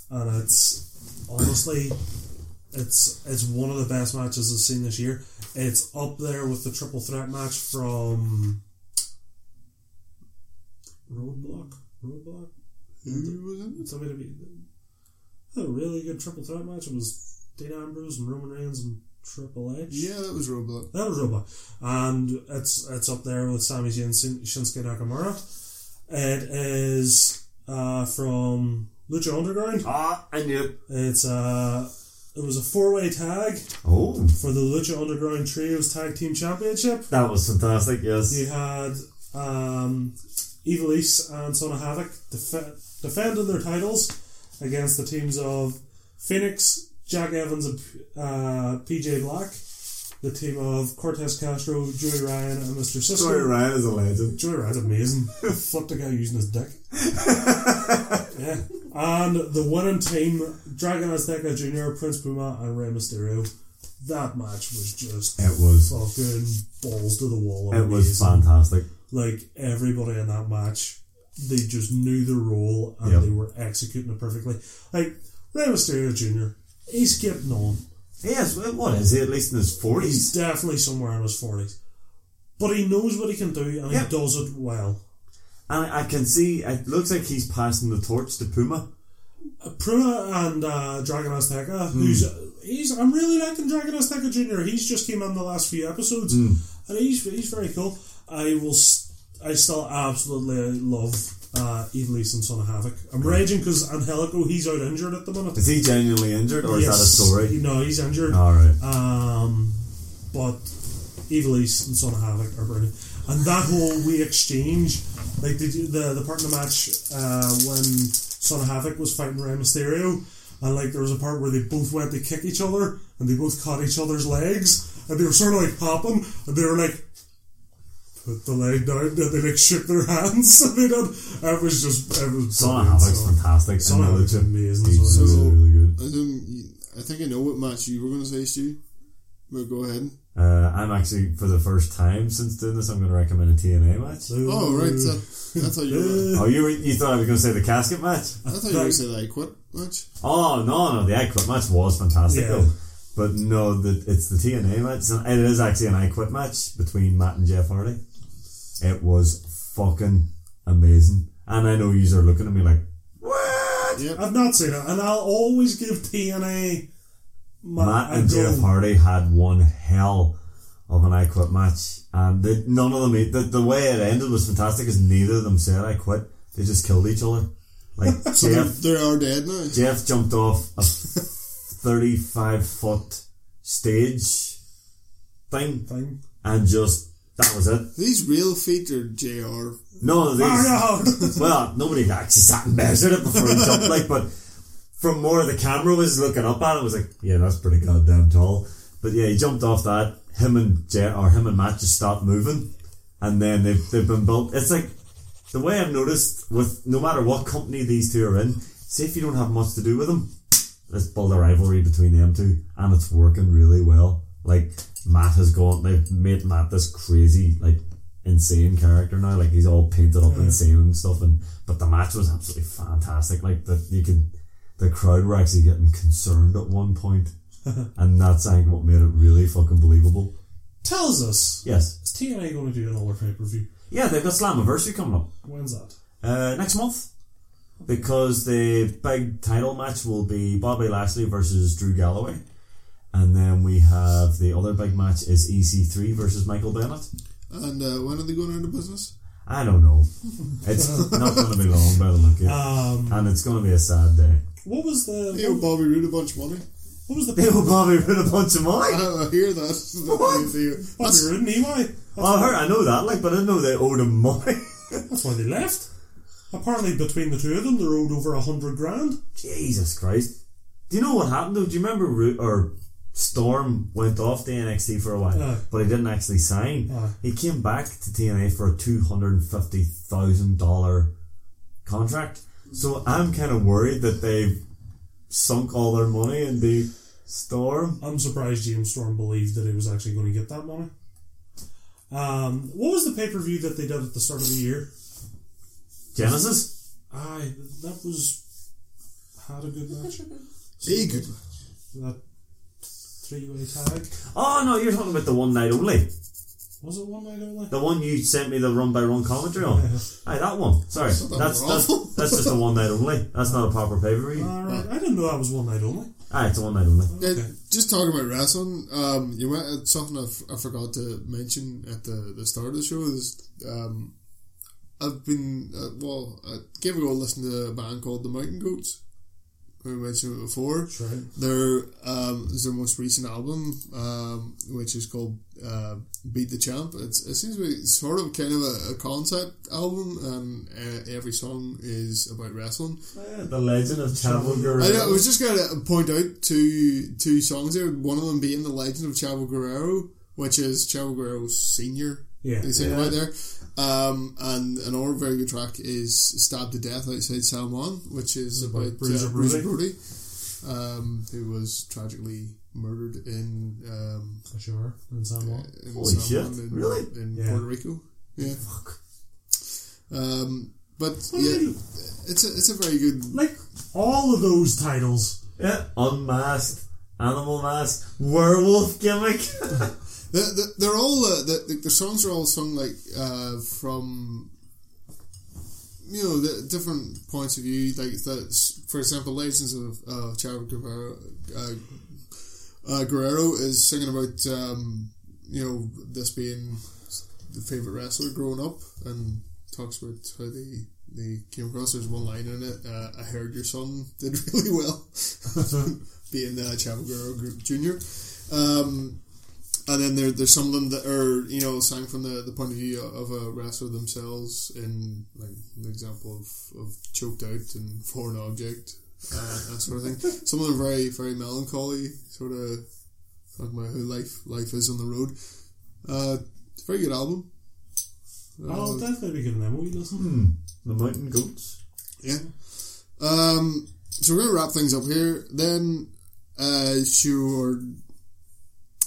S1: and it's honestly it's it's one of the best matches I've seen this year. It's up there with the triple threat match from Roadblock. Roadblock?
S4: Who was in it?
S1: It's somebody to be had a really good triple threat match. It was Dean Ambrose and Roman Reigns and Triple H.
S4: Yeah, that was Roblox.
S1: That was Roblox. And it's it's up there with Sami Zayn and Shin- Shinsuke Nakamura. It is uh, from Lucha Underground.
S3: ah, I knew it.
S1: It's uh, it was a four way tag
S3: Oh,
S1: for the Lucha Underground Trios Tag Team Championship.
S3: that was fantastic. Yes,
S1: You had um, Evil East and Son of Havoc def- defending their titles against the teams of Phoenix, Jack Evans, and uh, PJ Black. the team of Cortez Castro, Joey Ryan, and Mr. Cisco.
S3: Joey Ryan is a legend.
S1: Joey Ryan's
S3: *laughs*
S1: amazing. Fuck the guy using his dick. yeah. And the winning team, Dragon Azteca Jr., Prince Puma, and Rey Mysterio. That match was just
S3: It was.
S1: fucking balls to the wall.
S3: It was
S1: amazing.
S3: fantastic.
S1: Like, everybody in that match, they just knew their role and
S3: Yep.
S1: they were executing it perfectly. Like, Rey Mysterio Jr., he's kept on.
S3: Yes, what is he? At least in his
S1: He's
S3: forties.
S1: definitely somewhere in his 40s. But he knows what he can do and
S3: Yep.
S1: he does it well.
S3: And I can see. It looks like he's passing the torch to Puma.
S1: Uh, Pruna and uh, Dragon Azteca,
S3: Hmm.
S1: who's he's I'm really liking Dragon Azteca Jr. He's just came on the last few episodes
S3: Hmm.
S1: and he's he's very cool. I will s- I still absolutely love uh, Eve Lee and Son of Havoc. I'm raging because Angelico he's out injured at the minute.
S3: Hmm. Is he genuinely injured, or is that a story?
S1: No, he's injured.
S3: All right.
S1: Um, but Evil East and Son of Havoc are brilliant. And that whole we exchange, like the the, the part in the match uh, when Son of Havoc was fighting Rey Mysterio, and like there was a part where they both went to kick each other, and they both caught each other's legs, and they were sort of like popping, and they were like. Put the leg down, and they like shook their *laughs* hands. and they did. It was just, it was
S3: Son of
S1: brilliant,
S3: Havoc's
S1: so-
S3: fantastic.
S1: Son of
S3: and
S1: Havoc's
S3: Lucha.
S1: amazing as
S3: He's
S1: well.
S3: really, really good.
S4: I don't. I think I know what match you were going to say, Stu. But go ahead.
S3: Uh, I'm actually for the first time since doing this, I'm going to recommend a TNA
S1: *laughs*
S3: match.
S4: Oh, right. So that's how you.
S1: Uh,
S4: Were,
S3: Oh, you were, you thought I was going to say the casket match?
S4: I thought you were going to say that I quit match.
S3: Oh no, no, the I Quit match was fantastic
S1: Yeah.
S3: though. But no, the, it's the TNA match, and it is actually an I Quit match between Matt and Jeff Hardy. It was fucking amazing, and I know you are looking at me like, what?
S4: Yep.
S1: I've not seen it, and I'll always give TNA my,
S3: Matt
S1: a
S3: and
S1: go.
S3: Jeff Hardy had one hell of an I Quit match, and they, none of them. The, the way it ended was fantastic, because neither of them said I quit. They just killed each other. Like
S4: They're,
S3: Jeff,
S4: they are dead now.
S3: Jeff jumped off a 35 foot stage thing
S1: thing.
S3: and just that was it.
S4: These real feet are JR.
S3: No, these,
S1: Oh, no.
S3: well, nobody actually sat and measured it before he jumped, like, but from where the camera was looking up at it, it was like, yeah, that's pretty goddamn tall. But yeah, he jumped off that. Him and Jet, or him and Matt just stopped moving, and then they've, they've been built. It's like the way I've noticed with no matter what company these two are in, say if you don't have much to do with them, let's build a rivalry between them two, and it's working really well. Like Matt has gone, they've made Matt this crazy, like insane character now. Like he's all painted up insane and stuff. And but the match was absolutely fantastic. Like that you could, the crowd were actually getting concerned at one point, and that's I think what made it really fucking believable.
S1: *laughs* Tells us,
S3: Yes,
S1: is TNA going to do another pay per view?
S3: yeah, they've got Slammiversary coming up.
S1: When's that?
S3: Uh, next month because the big title match will be Bobby Lashley versus Drew Galloway. And then we have the other big match is EC3 versus Michael Bennett.
S4: And uh, when are they going out of business?
S3: I don't know. It's not going to be long by the look of it.
S1: Um,
S3: and it's going to be a sad day.
S1: what was the
S4: They owe Bobby Roode a bunch of money. *laughs*
S1: what was the
S3: They
S1: *laughs* pay-
S3: will Bobby Roode a bunch of
S4: I
S3: money.
S4: don't know, hear that. *laughs*
S3: What?
S4: They- they-
S1: Bobby
S4: that's-
S1: Roode and EY?
S3: Well, I heard, I know that, like, but I didn't know they owed him money. *laughs*
S1: That's why they left. Apparently, between the two of them, they owed over a hundred grand.
S3: Jesus Christ! Do you know what happened though? Do you remember Ru- or Storm went off to NXT for a while,
S4: Uh.
S1: Aye.
S3: but he didn't actually sign.
S1: Aye.
S3: He came back to TNA for a two hundred and fifty thousand dollar contract. So I'm kind of worried that they've sunk all their money in the Storm.
S1: I'm surprised James Storm believed that he was actually going to get that money. Um, what was the pay per view that they did at the start of the year?
S3: Genesis.
S1: Aye, that was had a good match.
S4: Hey, good.
S1: That three way tag.
S3: Oh no, you're talking about the one night only.
S1: Was it one night only?
S3: The one you sent me the run by run commentary on.
S4: *laughs*
S3: Aye, that one. Sorry,
S4: not that
S3: that's that's,
S4: awful.
S3: that's just a one night only. That's not a proper pay per view.
S1: Alright, I didn't know that was one night only.
S3: Aye, it's a one night only.
S4: Uh,
S1: Okay.
S4: just talking about wrestling, um, you went at something I, f- I forgot to mention at the, the start of the show is um, I've been uh, well, I gave a go listen to a band called the Mountain Goats. I mentioned it before.
S1: True.
S4: Their um, is their most recent album, um, which is called uh, "Beat the Champ." It's, it seems to be sort of kind of a, a concept album, and uh, every song is about wrestling.
S3: Yeah, the legend of Chavo Guerrero.
S4: I know. I was just going to point out two two songs there. One of them being the Legend of Chavo Guerrero, which is Chavo Guerrero Senior.
S1: Yeah.
S4: they sing
S3: Yeah.
S4: right there. Um, and another very good track is "Stabbed to Death Outside Salmon," which is
S1: About
S4: about
S1: Bruiser
S4: uh,
S1: Brody.
S4: Bruiser Brody, um, who was tragically murdered in um,
S1: Sure. And San Juan.
S4: in
S3: Holy
S4: Salmon
S3: shit,
S4: in,
S3: really?
S4: in
S1: Yeah.
S4: Puerto Rico. Yeah.
S3: Fuck.
S4: Um, but yeah,
S1: Really?
S4: it's a it's a very good
S1: Like all of those titles.
S3: Yeah, unmasked, animal mask, werewolf gimmick. *laughs*
S4: The, the, they're all uh, the, the the songs are all sung like uh, from you know the different points of view. Like the, for example, Legends of uh, Chavo Guerrero, uh, uh, Guerrero is singing about um, you know this being the favorite wrestler growing up, and talks about how they they came across. There's one line in it. Uh, I heard your son did *laughs* really well, being uh, Chavo Guerrero Junior. Um, and then there, there's some of them that are you know sang from the, the point of view of a wrestler themselves in like the example of, of choked out and *laughs* foreign object uh, that sort of thing some of them are very very melancholy sort of talking about how life life is on the road uh, it's a very good album
S1: I'll
S4: Uh,
S1: definitely be giving them a wee listen.
S3: Hmm. The mountain goats.
S4: Yeah. Um, so we're going to wrap things up here. Then, uh, sure,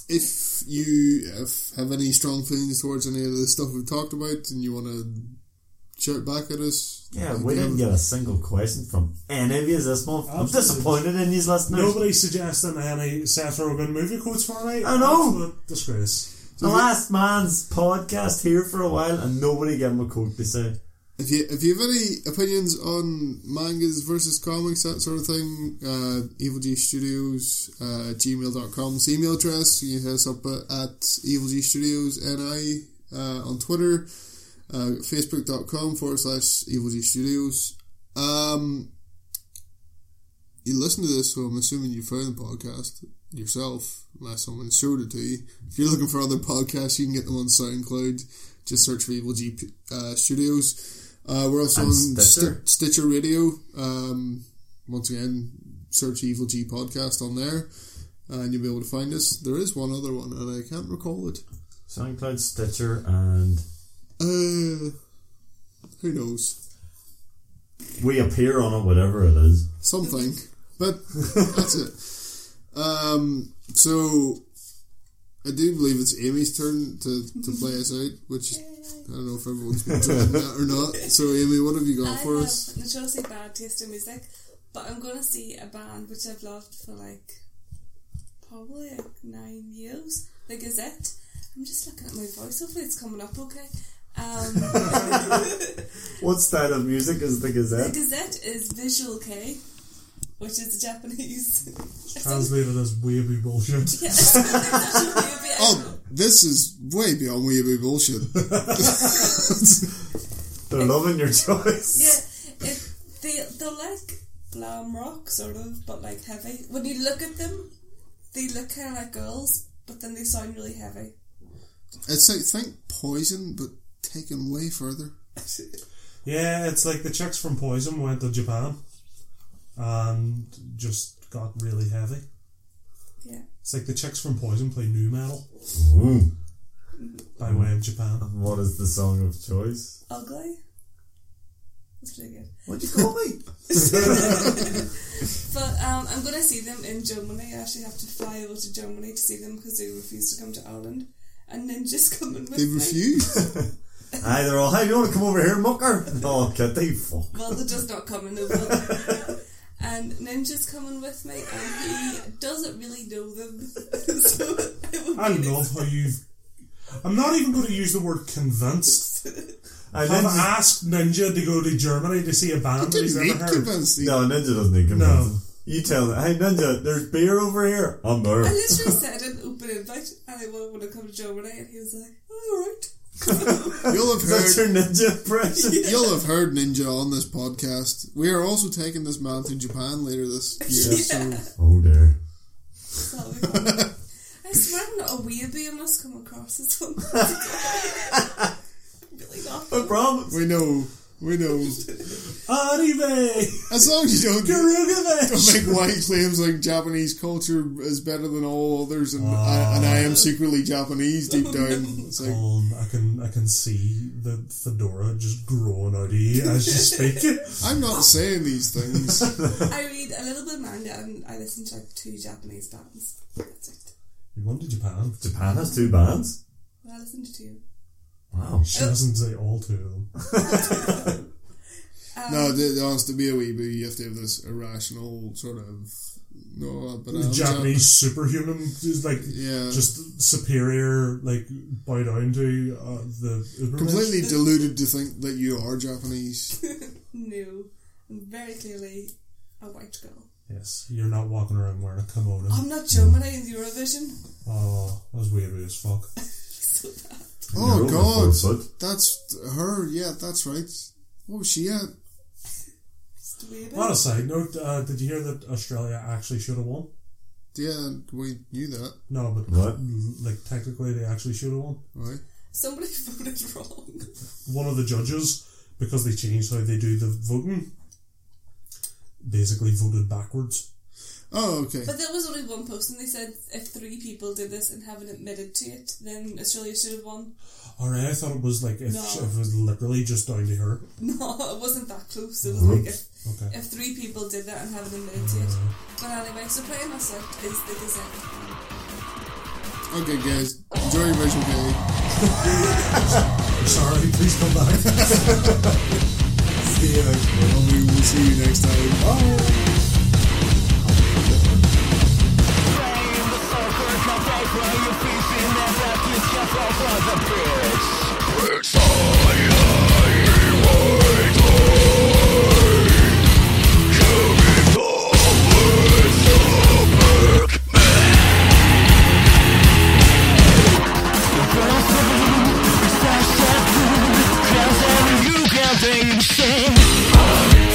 S4: if you if, have any strong feelings towards any of the stuff we've talked about and you want to shout back at us,
S3: Yeah,
S4: you
S3: we
S4: can.
S3: didn't get a single question from any of you this month. I'm
S1: Absolutely.
S3: disappointed in these listeners.
S1: Nobody suggesting any Seth Rogen movie quotes for me.
S3: I know.
S1: Absolute Disgrace.
S3: The last man's podcast here for a while, and nobody gave him a quote to say.
S4: If you if you have any opinions on mangas versus comics, that sort of thing, uh, evilgstudios uh, at gmail.com is the email address. You can hit us up at, at evilgstudiosni uh, on Twitter, uh, facebook.com forward slash evilgstudios. Um, you listen to this, so I'm assuming you found the podcast yourself, unless someone showed it to you. If you're looking for other podcasts, you can get them on SoundCloud. Just search for Evil G uh, Studios. Uh, we're also
S3: And
S4: on
S3: Stitcher.
S4: Sti- Stitcher Radio. Um, once again, search Evil G Podcast on there, and you'll be able to find us. There is one other one, and I can't recall it.
S3: SoundCloud, Stitcher, and
S4: Uh, who knows?
S3: we appear on it, whatever it is.
S4: Something. But that's it. Um, so, I do believe it's Amy's turn to, to play us out, which I don't know if everyone's been doing that or not. So, Amy, what have you
S2: I
S4: got for
S2: have
S4: us?
S2: I'm trying to say bad taste in music, but I'm gonna see a band which I've loved for like probably like nine years. The Gazette. I'm just looking at my voice. Hopefully, it's coming up okay.
S4: *laughs*
S2: Um,
S3: What style of music is the
S2: the
S3: Gazette?
S2: Gazette is Visual K, which is
S4: *laughs*
S2: the Japanese. *laughs*
S1: Translated as weeby bullshit.
S2: Yeah, it's actually a bit-
S4: Oh, this is way beyond weeaboo bullshit.
S3: *laughs* They're loving your choice.
S2: Yeah, it, they they're like glam rock sort of, but like heavy. When you look at them, they look kind of like girls, but then they sound really heavy.
S4: It's like, think poison, but taken way further.
S1: *laughs* Yeah, it's like the chicks from Poison went to Japan and just got really heavy.
S2: Yeah,
S1: It's like the chicks from Poison play new metal
S3: Ooh.
S1: by way of Japan.
S3: And what is the song of choice?
S2: ugly. That's pretty good.
S3: What'd you call *laughs* me?
S2: But um, I'm gonna see them in Germany. I actually have to fly over to Germany to see them because they refuse to come to Ireland. And then just *laughs* coming with
S4: They
S2: me.
S4: refuse.
S3: Hi, they're all, hey, you want to come over here, mucker? Oh, kitty, fuck.
S2: Well, they're just not coming over. *laughs* and Ninja's coming with me, and he doesn't really know them. *laughs* so it would
S1: I
S2: be
S1: love how you've. I'm not even going to use the word convinced.
S3: And
S1: I've
S3: Ninja,
S1: asked Ninja to go to Germany to see a band that he's
S4: Didn't
S1: never
S4: need
S1: heard.
S4: convinced.
S3: no, Ninja doesn't need
S1: No.
S3: convincing. You tell them, hey, Ninja, there's beer over here. I'm there.
S2: I literally said an open invite, and I want to come to Germany, and he was like, "Oh, "All right."
S4: You'll
S3: *laughs*
S4: have
S3: That's your
S4: heard.
S3: ninja impression.
S4: You'll have heard Ninja on this podcast. We are also taking this man to Japan later this year.
S2: Yeah.
S4: So
S3: *laughs* Oh dear.
S2: That'll be fun. I swear I'm not a weeby. I must come across as one. really not.
S3: I promise.
S4: we know, we know.
S3: Anime!
S4: As long as you don't *laughs*
S3: Kurugamesh!
S4: make white claims like Japanese culture is better than all others, and I, and I
S1: Uh,
S4: am secretly Japanese deep down. It's like,
S1: Um, I can I can see the fedora just growing out of you as you *laughs* speak.
S4: I'm not saying these
S1: *laughs*
S4: things.
S2: I read a little bit of manga and I listen to like two Japanese bands. That's it.
S1: You gone to Japan?
S3: Japan has two bands.
S2: But I listen to two.
S3: Wow.
S1: She doesn't say all two of them.
S4: No, th- there has to be a wee bit. You have to have this irrational sort of no, but
S1: The
S4: I'm
S1: Japanese superhuman is like
S4: Yeah.
S1: just superior, like bow down to uh, the Ubermensch.
S4: Jap- completely deluded to think that you are Japanese.
S2: No. I'm very clearly a white girl.
S1: Yes, you're not walking around wearing a kimono.
S2: I'm not Germany in Eurovision. *laughs*
S1: Oh, that was weird as fuck.
S2: So bad.
S4: Oh God,
S3: Foot.
S4: that's her. Yeah, that's right. What was she at?
S2: Just a wee bit.
S1: On a side note, uh, did you hear that Australia actually should have won?
S4: Yeah, we knew that,
S1: No, but mm,
S3: What?
S1: like technically they actually should have won.
S4: right?
S2: Somebody *laughs* voted wrong.
S1: one of the judges because they changed how they do the voting. Basically, voted backwards.
S4: Oh, okay.
S2: But there was only one post and they said if three people did this and haven't admitted to it, then Australia should have won. *laughs*
S1: All right, I thought it was like if,
S2: No.
S1: if it was literally just down to her.
S2: No, it wasn't that close. It was like if,
S1: Okay.
S2: if three people did that and haven't admitted to it. But anyway, so playing us out is the design.
S4: Okay, guys, enjoy your visual day.
S1: Sorry, *laughs* please come back.
S4: See you next time. We will see you next time.
S5: You can't think same.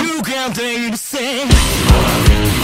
S5: You can't think same.